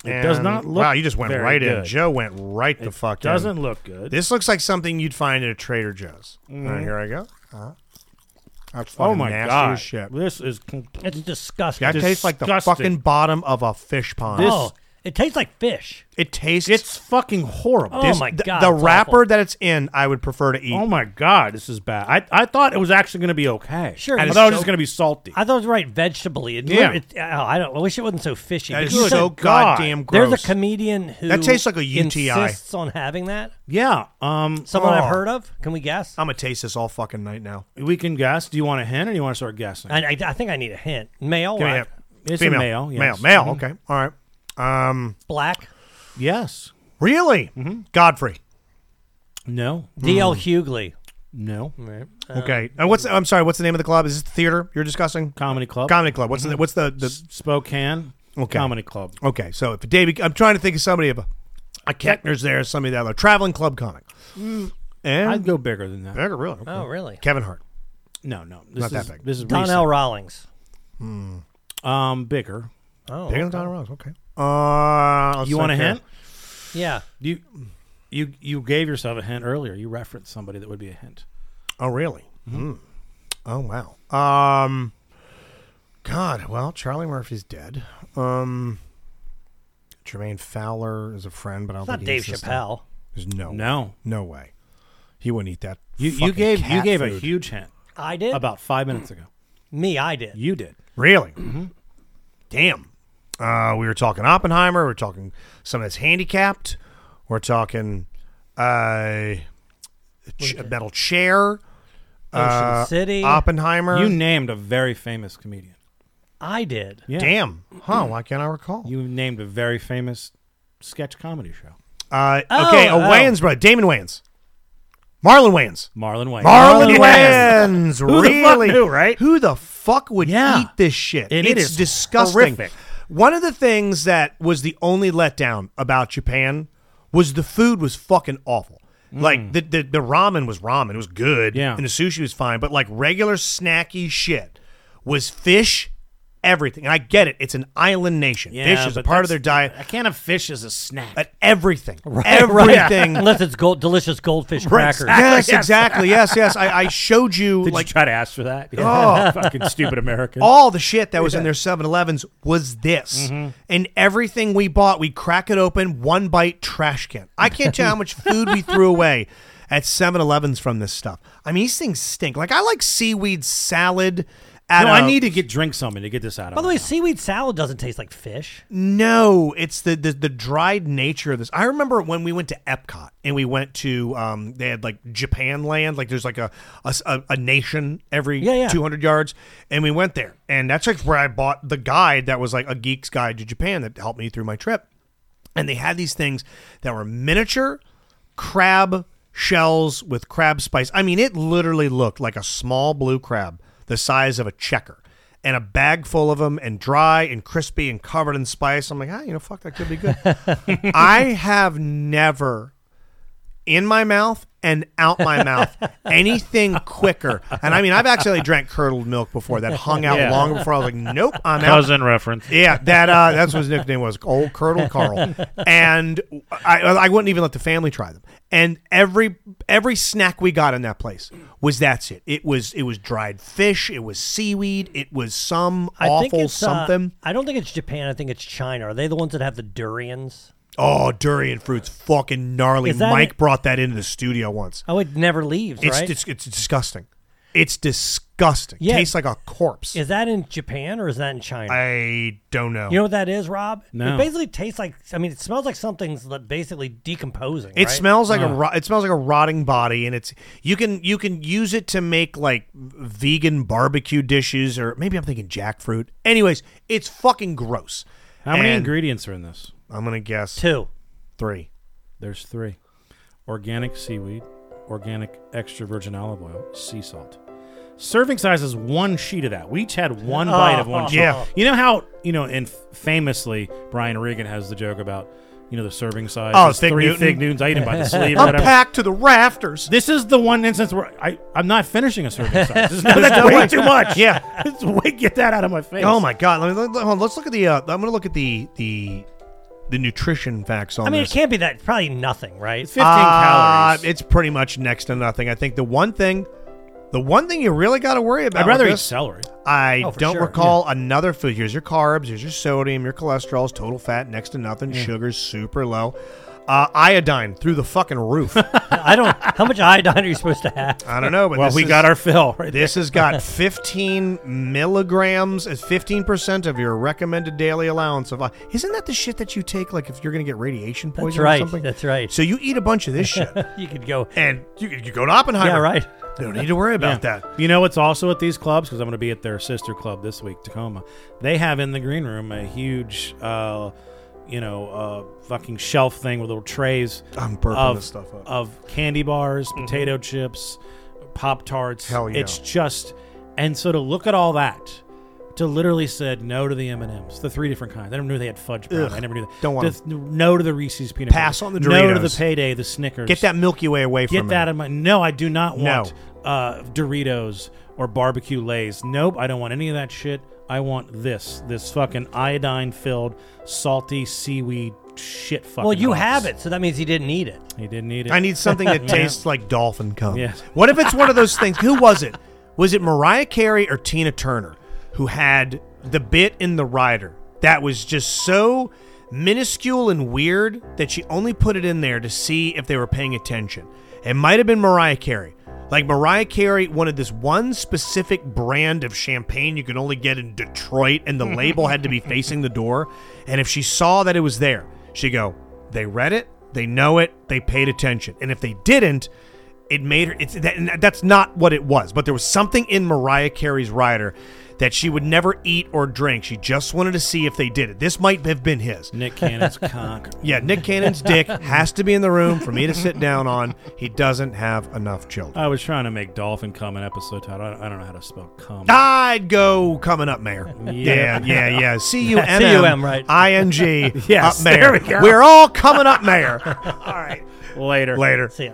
Speaker 5: It does
Speaker 6: And-
Speaker 5: not look
Speaker 6: Wow, you just went
Speaker 5: very
Speaker 6: right in.
Speaker 5: good.
Speaker 6: Joe went right the fuck
Speaker 5: Doesn't
Speaker 6: in.
Speaker 5: look good.
Speaker 6: This looks like something you'd find at a Trader Joe's. All right, here I go. Uh-huh. That's
Speaker 5: Mm-hmm. oh
Speaker 6: fucking
Speaker 5: my
Speaker 6: nasty
Speaker 5: god!
Speaker 6: as shit.
Speaker 5: This is com-
Speaker 7: It's disgusting.
Speaker 6: That tastes like the
Speaker 5: disgusting.
Speaker 6: fucking bottom of a fish pond.
Speaker 7: oh, it tastes like fish.
Speaker 6: it tastes.
Speaker 5: it's fucking horrible.
Speaker 7: Oh
Speaker 6: this-
Speaker 7: my
Speaker 6: th-
Speaker 7: God,
Speaker 6: The
Speaker 7: it's awful.
Speaker 6: wrapper that it's in, I would prefer to eat.
Speaker 5: Oh my god, this is bad. I, I thought it was actually going to be okay.
Speaker 7: Sure,
Speaker 5: I
Speaker 7: it's
Speaker 5: thought it was
Speaker 7: so-
Speaker 5: just going to be salty.
Speaker 7: I thought it was right vegetable It,
Speaker 5: Yeah.
Speaker 7: it, oh, I don't. I wish it wasn't so fishy.
Speaker 6: that
Speaker 7: You
Speaker 6: is
Speaker 5: Good
Speaker 6: so
Speaker 5: God.
Speaker 6: goddamn gross.
Speaker 7: There's a comedian who
Speaker 6: That tastes like a UTI.
Speaker 7: insists on having that.
Speaker 5: yeah. Um.
Speaker 7: Someone
Speaker 6: Oh.
Speaker 7: I've heard of. Can we guess?
Speaker 6: I'm gonna taste this all fucking night now.
Speaker 5: We can guess. Do you want a hint, or do you want to start guessing?
Speaker 7: I, I, I think I need a hint. Male,
Speaker 6: Give me
Speaker 7: right?
Speaker 6: a-
Speaker 5: It's a
Speaker 6: female,
Speaker 5: male, yes. Mm-hmm.
Speaker 6: male, male. Okay, all right. Um,
Speaker 7: black.
Speaker 5: Yes.
Speaker 6: Really? Mm-hmm. Godfrey.
Speaker 5: No.
Speaker 6: Mm.
Speaker 7: DL Hughley.
Speaker 5: No.
Speaker 6: Okay. And what's I'm sorry. What's the name of the club? Is this the theater you're discussing?
Speaker 5: Comedy club.
Speaker 6: Comedy club. What's the what's the, the
Speaker 5: Spokane.
Speaker 6: Okay.
Speaker 5: Comedy club.
Speaker 6: okay? So if David, I'm trying to think of somebody of a, a Kettner's there, somebody that a traveling club comic, and
Speaker 5: I'd go bigger than that.
Speaker 6: Becker, really?
Speaker 7: Oh, really?
Speaker 6: Kevin Hart.
Speaker 5: No, no. This
Speaker 6: Not that
Speaker 5: is,
Speaker 6: big.
Speaker 5: This is
Speaker 7: Donnell Rawlings.
Speaker 5: recent. Um, bigger.
Speaker 7: Oh,
Speaker 6: Bigger than Donna Ross. Okay. Uh, let's
Speaker 5: you want a
Speaker 6: think here.
Speaker 5: hint?
Speaker 7: yeah.
Speaker 5: You, you, you gave yourself a hint earlier. You referenced somebody that would be a hint.
Speaker 6: Oh, really? Mm. Oh, wow. Um, God. Well, Charlie Murphy's dead. Um, Jermaine Fowler is a friend, but I don't
Speaker 7: It's not
Speaker 6: think
Speaker 7: Dave
Speaker 6: he's this thing.
Speaker 7: Chappelle.
Speaker 6: There's no,
Speaker 5: No.
Speaker 6: no way. He wouldn't eat that.
Speaker 5: You, you
Speaker 6: fucking
Speaker 5: gave you
Speaker 6: cat
Speaker 5: gave a
Speaker 6: food.
Speaker 5: huge hint
Speaker 7: I did.
Speaker 5: about five minutes ago.
Speaker 7: me, I did.
Speaker 5: You did.
Speaker 6: Really? Mm-hmm. Damn. Uh, we were talking Oppenheimer. We are talking someone that's handicapped. We're talking uh, a ch- a metal chair.
Speaker 7: Ocean
Speaker 6: Uh,
Speaker 7: City.
Speaker 6: Oppenheimer.
Speaker 5: You named a very famous comedian.
Speaker 7: I did.
Speaker 5: Yeah.
Speaker 6: Damn. Huh. Why can't I recall?
Speaker 5: You named a very famous sketch comedy show.
Speaker 6: Uh,
Speaker 7: Oh,
Speaker 6: okay, a
Speaker 7: oh.
Speaker 6: Wayans brother, Damon Wayans, Marlon Wayans,
Speaker 5: Marlon Wayans.
Speaker 6: Marlon Wayans.
Speaker 5: Who the fuck
Speaker 6: really?
Speaker 5: knew, right?
Speaker 6: Who the fuck would
Speaker 5: Yeah.
Speaker 6: eat this shit?
Speaker 5: And it
Speaker 6: it's
Speaker 5: is
Speaker 6: disgusting.
Speaker 5: horrific.
Speaker 6: One of the things that was the only letdown about Japan was the food was fucking awful. Like the, the the ramen was ramen, it was good,
Speaker 5: Mm. Yeah.
Speaker 6: and the sushi was fine, but like regular snacky shit was fish. Everything. And I get it. It's an island nation. fish is a
Speaker 5: but
Speaker 6: part
Speaker 5: that's-
Speaker 6: of their diet.
Speaker 5: A can of fish is a snack.
Speaker 6: But everything.
Speaker 7: Right.
Speaker 6: everything
Speaker 7: Unless it's gold, delicious goldfish
Speaker 6: Right,
Speaker 7: crackers.
Speaker 6: Yes, exactly. Yes, yes. I, I showed you
Speaker 5: Did
Speaker 6: like Oh.
Speaker 5: you try to ask for that? Yeah. fucking stupid American.
Speaker 6: all the shit that was in their 7-Elevens was this.
Speaker 5: Mm-hmm.
Speaker 6: And everything we bought, we crack it open, one bite trash can. I can't tell you how much food we threw away at 7-Elevens from this stuff. I mean, these things stink. Like I like seaweed salad at
Speaker 5: no,
Speaker 6: I
Speaker 5: I need to get drink something to get this out of.
Speaker 7: By the
Speaker 5: my
Speaker 7: way,
Speaker 5: mouth.
Speaker 7: seaweed salad doesn't taste like fish.
Speaker 6: No, it's the, the the dried nature of this. I remember when we went to Epcot and we went to um they had like Japan land, like there's like a a, s- a- a nation every
Speaker 7: Yeah, yeah.
Speaker 6: 200 yards and we went there. And that's like where I bought the guide that was like a geek's guide to Japan that helped me through my trip. And they had these things that were miniature crab shells with crab spice. I mean, it literally looked like a small blue crab the size of a checker and a bag full of them and dry and crispy and covered in spice. I'm like, ah, you know, fuck, that could be good. I have never in my mouth and out my mouth anything quicker. And I mean, I've actually drank curdled milk before that hung out
Speaker 5: Yeah.
Speaker 6: long before I was like, nope, I'm out.
Speaker 9: Cousin reference.
Speaker 6: Yeah, that uh, that's what his nickname was, Old Curdle Carl. And I, I wouldn't even let the family try them. And every every snack we got in that place was that's it. It was it was dried fish. It was seaweed. It was some
Speaker 7: I think
Speaker 6: awful
Speaker 7: it's uh,
Speaker 6: something.
Speaker 7: I don't think it's Japan. I think it's China. Are they the ones that have the durians?
Speaker 6: oh, durian fruit's fucking gnarly.
Speaker 7: Is that
Speaker 6: Mike
Speaker 7: it?
Speaker 6: brought that into the studio once.
Speaker 7: Oh, it never leaves,
Speaker 6: It's
Speaker 7: right?
Speaker 6: dis- it's disgusting. It's disgusting.
Speaker 7: Yeah.
Speaker 6: Tastes like a corpse.
Speaker 7: is that in Japan or is that in China?
Speaker 6: I don't know.
Speaker 7: you know what that is, Rob?
Speaker 5: No.
Speaker 7: It basically tastes like. I mean, it smells like something's li- basically decomposing.
Speaker 6: It
Speaker 7: right?
Speaker 6: smells like
Speaker 5: Mm.
Speaker 6: a ro- it smells like a rotting body, and it's you can you can use it to make like vegan barbecue dishes, or maybe I'm thinking jackfruit. Anyways, it's fucking gross.
Speaker 5: how many
Speaker 6: And
Speaker 5: ingredients are in this?
Speaker 6: I'm gonna guess
Speaker 7: too.
Speaker 6: three.
Speaker 5: There's three: organic seaweed, organic extra virgin olive oil, sea salt. Serving size is one sheet of that. We each had one bite of one. sheet.
Speaker 6: Oh, yeah.
Speaker 5: You know how you know, and famously Brian Regan has the joke about you know the serving size.
Speaker 6: Oh,
Speaker 5: is
Speaker 6: Thig
Speaker 5: three
Speaker 6: Newton.
Speaker 5: fig Newtons. I eat him by the sleeve. or
Speaker 6: I'm
Speaker 5: whatever.
Speaker 6: packed to the rafters.
Speaker 5: This is the one instance where I, I'm not finishing a serving size. This is- that's
Speaker 6: no
Speaker 5: way
Speaker 6: way.
Speaker 5: too much.
Speaker 6: Yeah.
Speaker 5: It's way- get that out of my face.
Speaker 6: Oh my god. Let me, let, let- hold on, let's look at the. Uh, I'm gonna look at the the the nutrition facts on
Speaker 7: I mean, it
Speaker 6: this.
Speaker 7: can't be that. Probably nothing, right?
Speaker 5: It's 15
Speaker 6: Uh,
Speaker 5: calories.
Speaker 6: It's pretty much next to nothing. I think the one thing, the one thing you really got to worry about.
Speaker 5: I'd rather
Speaker 6: with
Speaker 5: eat
Speaker 6: this-
Speaker 5: celery.
Speaker 6: I
Speaker 7: Oh, for
Speaker 6: don't
Speaker 7: sure,
Speaker 6: recall another food. Here's your carbs, here's your sodium, your cholesterols, total fat, next to nothing, sugar's super low. Uh, iodine through the fucking roof.
Speaker 7: I don't. How much iodine are you supposed to have?
Speaker 6: I don't know, but
Speaker 5: Well,
Speaker 6: this
Speaker 5: we
Speaker 6: is-
Speaker 5: got our fill. Right
Speaker 6: This has got 15 milligrams, is 15% of your recommended daily allowance of. i- Isn't that the shit that you take, like if you're going to get radiation
Speaker 7: That's
Speaker 6: poisoning or
Speaker 7: right.
Speaker 6: something?
Speaker 7: That's right.
Speaker 6: So you eat a bunch of this shit,
Speaker 7: you could go.
Speaker 6: and you, you go to Oppenheimer.
Speaker 7: Yeah, right.
Speaker 6: You don't need to worry about that.
Speaker 5: You know what's also at these clubs? Because I'm going to be at their sister club this week, Tacoma. They have in the green room a huge uh, you know, uh, fucking shelf thing with little trays
Speaker 6: I'm burping
Speaker 5: of
Speaker 6: this stuff up.
Speaker 5: of candy bars, potato chips, pop tarts.
Speaker 6: Hell yeah.
Speaker 5: It's just, and so to look at all that, to literally said no to the M and M's, the three different kinds. I never knew they had fudge brown. I never knew that.
Speaker 6: don't want
Speaker 5: To th- no to the Reese's peanut.
Speaker 6: Pass
Speaker 5: butter.
Speaker 6: on the
Speaker 5: No to the
Speaker 6: Doritos.
Speaker 5: payday, the Snickers.
Speaker 6: Get that Milky Way away from
Speaker 5: Get
Speaker 6: me.
Speaker 5: that in my. No, I do not
Speaker 6: No.
Speaker 5: want uh, Doritos or barbecue lays. Nope, I don't want any of that shit. I want this, this fucking iodine filled, salty seaweed shit. Fucking.
Speaker 7: Well, you
Speaker 5: box.
Speaker 7: have it, so that means he didn't eat it.
Speaker 5: He didn't need it.
Speaker 6: I need something that tastes like dolphin cum.
Speaker 5: Yes.
Speaker 6: What if it's one of those things? Who was it? Was it Mariah Carey or Tina Turner who had the bit in The Rider that was just so minuscule and weird that she only put it in there to see if they were paying attention? It might have been Mariah Carey. Like Mariah Carey wanted this one specific brand of champagne you could only get in Detroit, and the label had to be facing the door. And if she saw that it was there, she'd go, They read it, they know it, they paid attention. And if they didn't, it made her. It's that, and that's not what it was, but there was something in Mariah Carey's rider that she would never eat or drink. She just wanted to see if they did it. This might have been his.
Speaker 5: Nick Cannon's cock.
Speaker 6: Yeah, Nick Cannon's dick has to be in the room for me to sit down on. He doesn't have enough children.
Speaker 5: I was trying to make dolphin cum an episode title. I I don't know how to spell cum.
Speaker 6: I'd go coming up, Mayor.
Speaker 5: Uh,
Speaker 6: Yeah,
Speaker 5: Yeah.
Speaker 6: yeah, yeah. C U N
Speaker 7: C-U-M, right.
Speaker 6: I N G.
Speaker 5: Yes,
Speaker 6: up, Mayor.
Speaker 5: there we go.
Speaker 6: We're all coming up, Mayor. all right.
Speaker 5: Later.
Speaker 6: Later.
Speaker 7: See ya.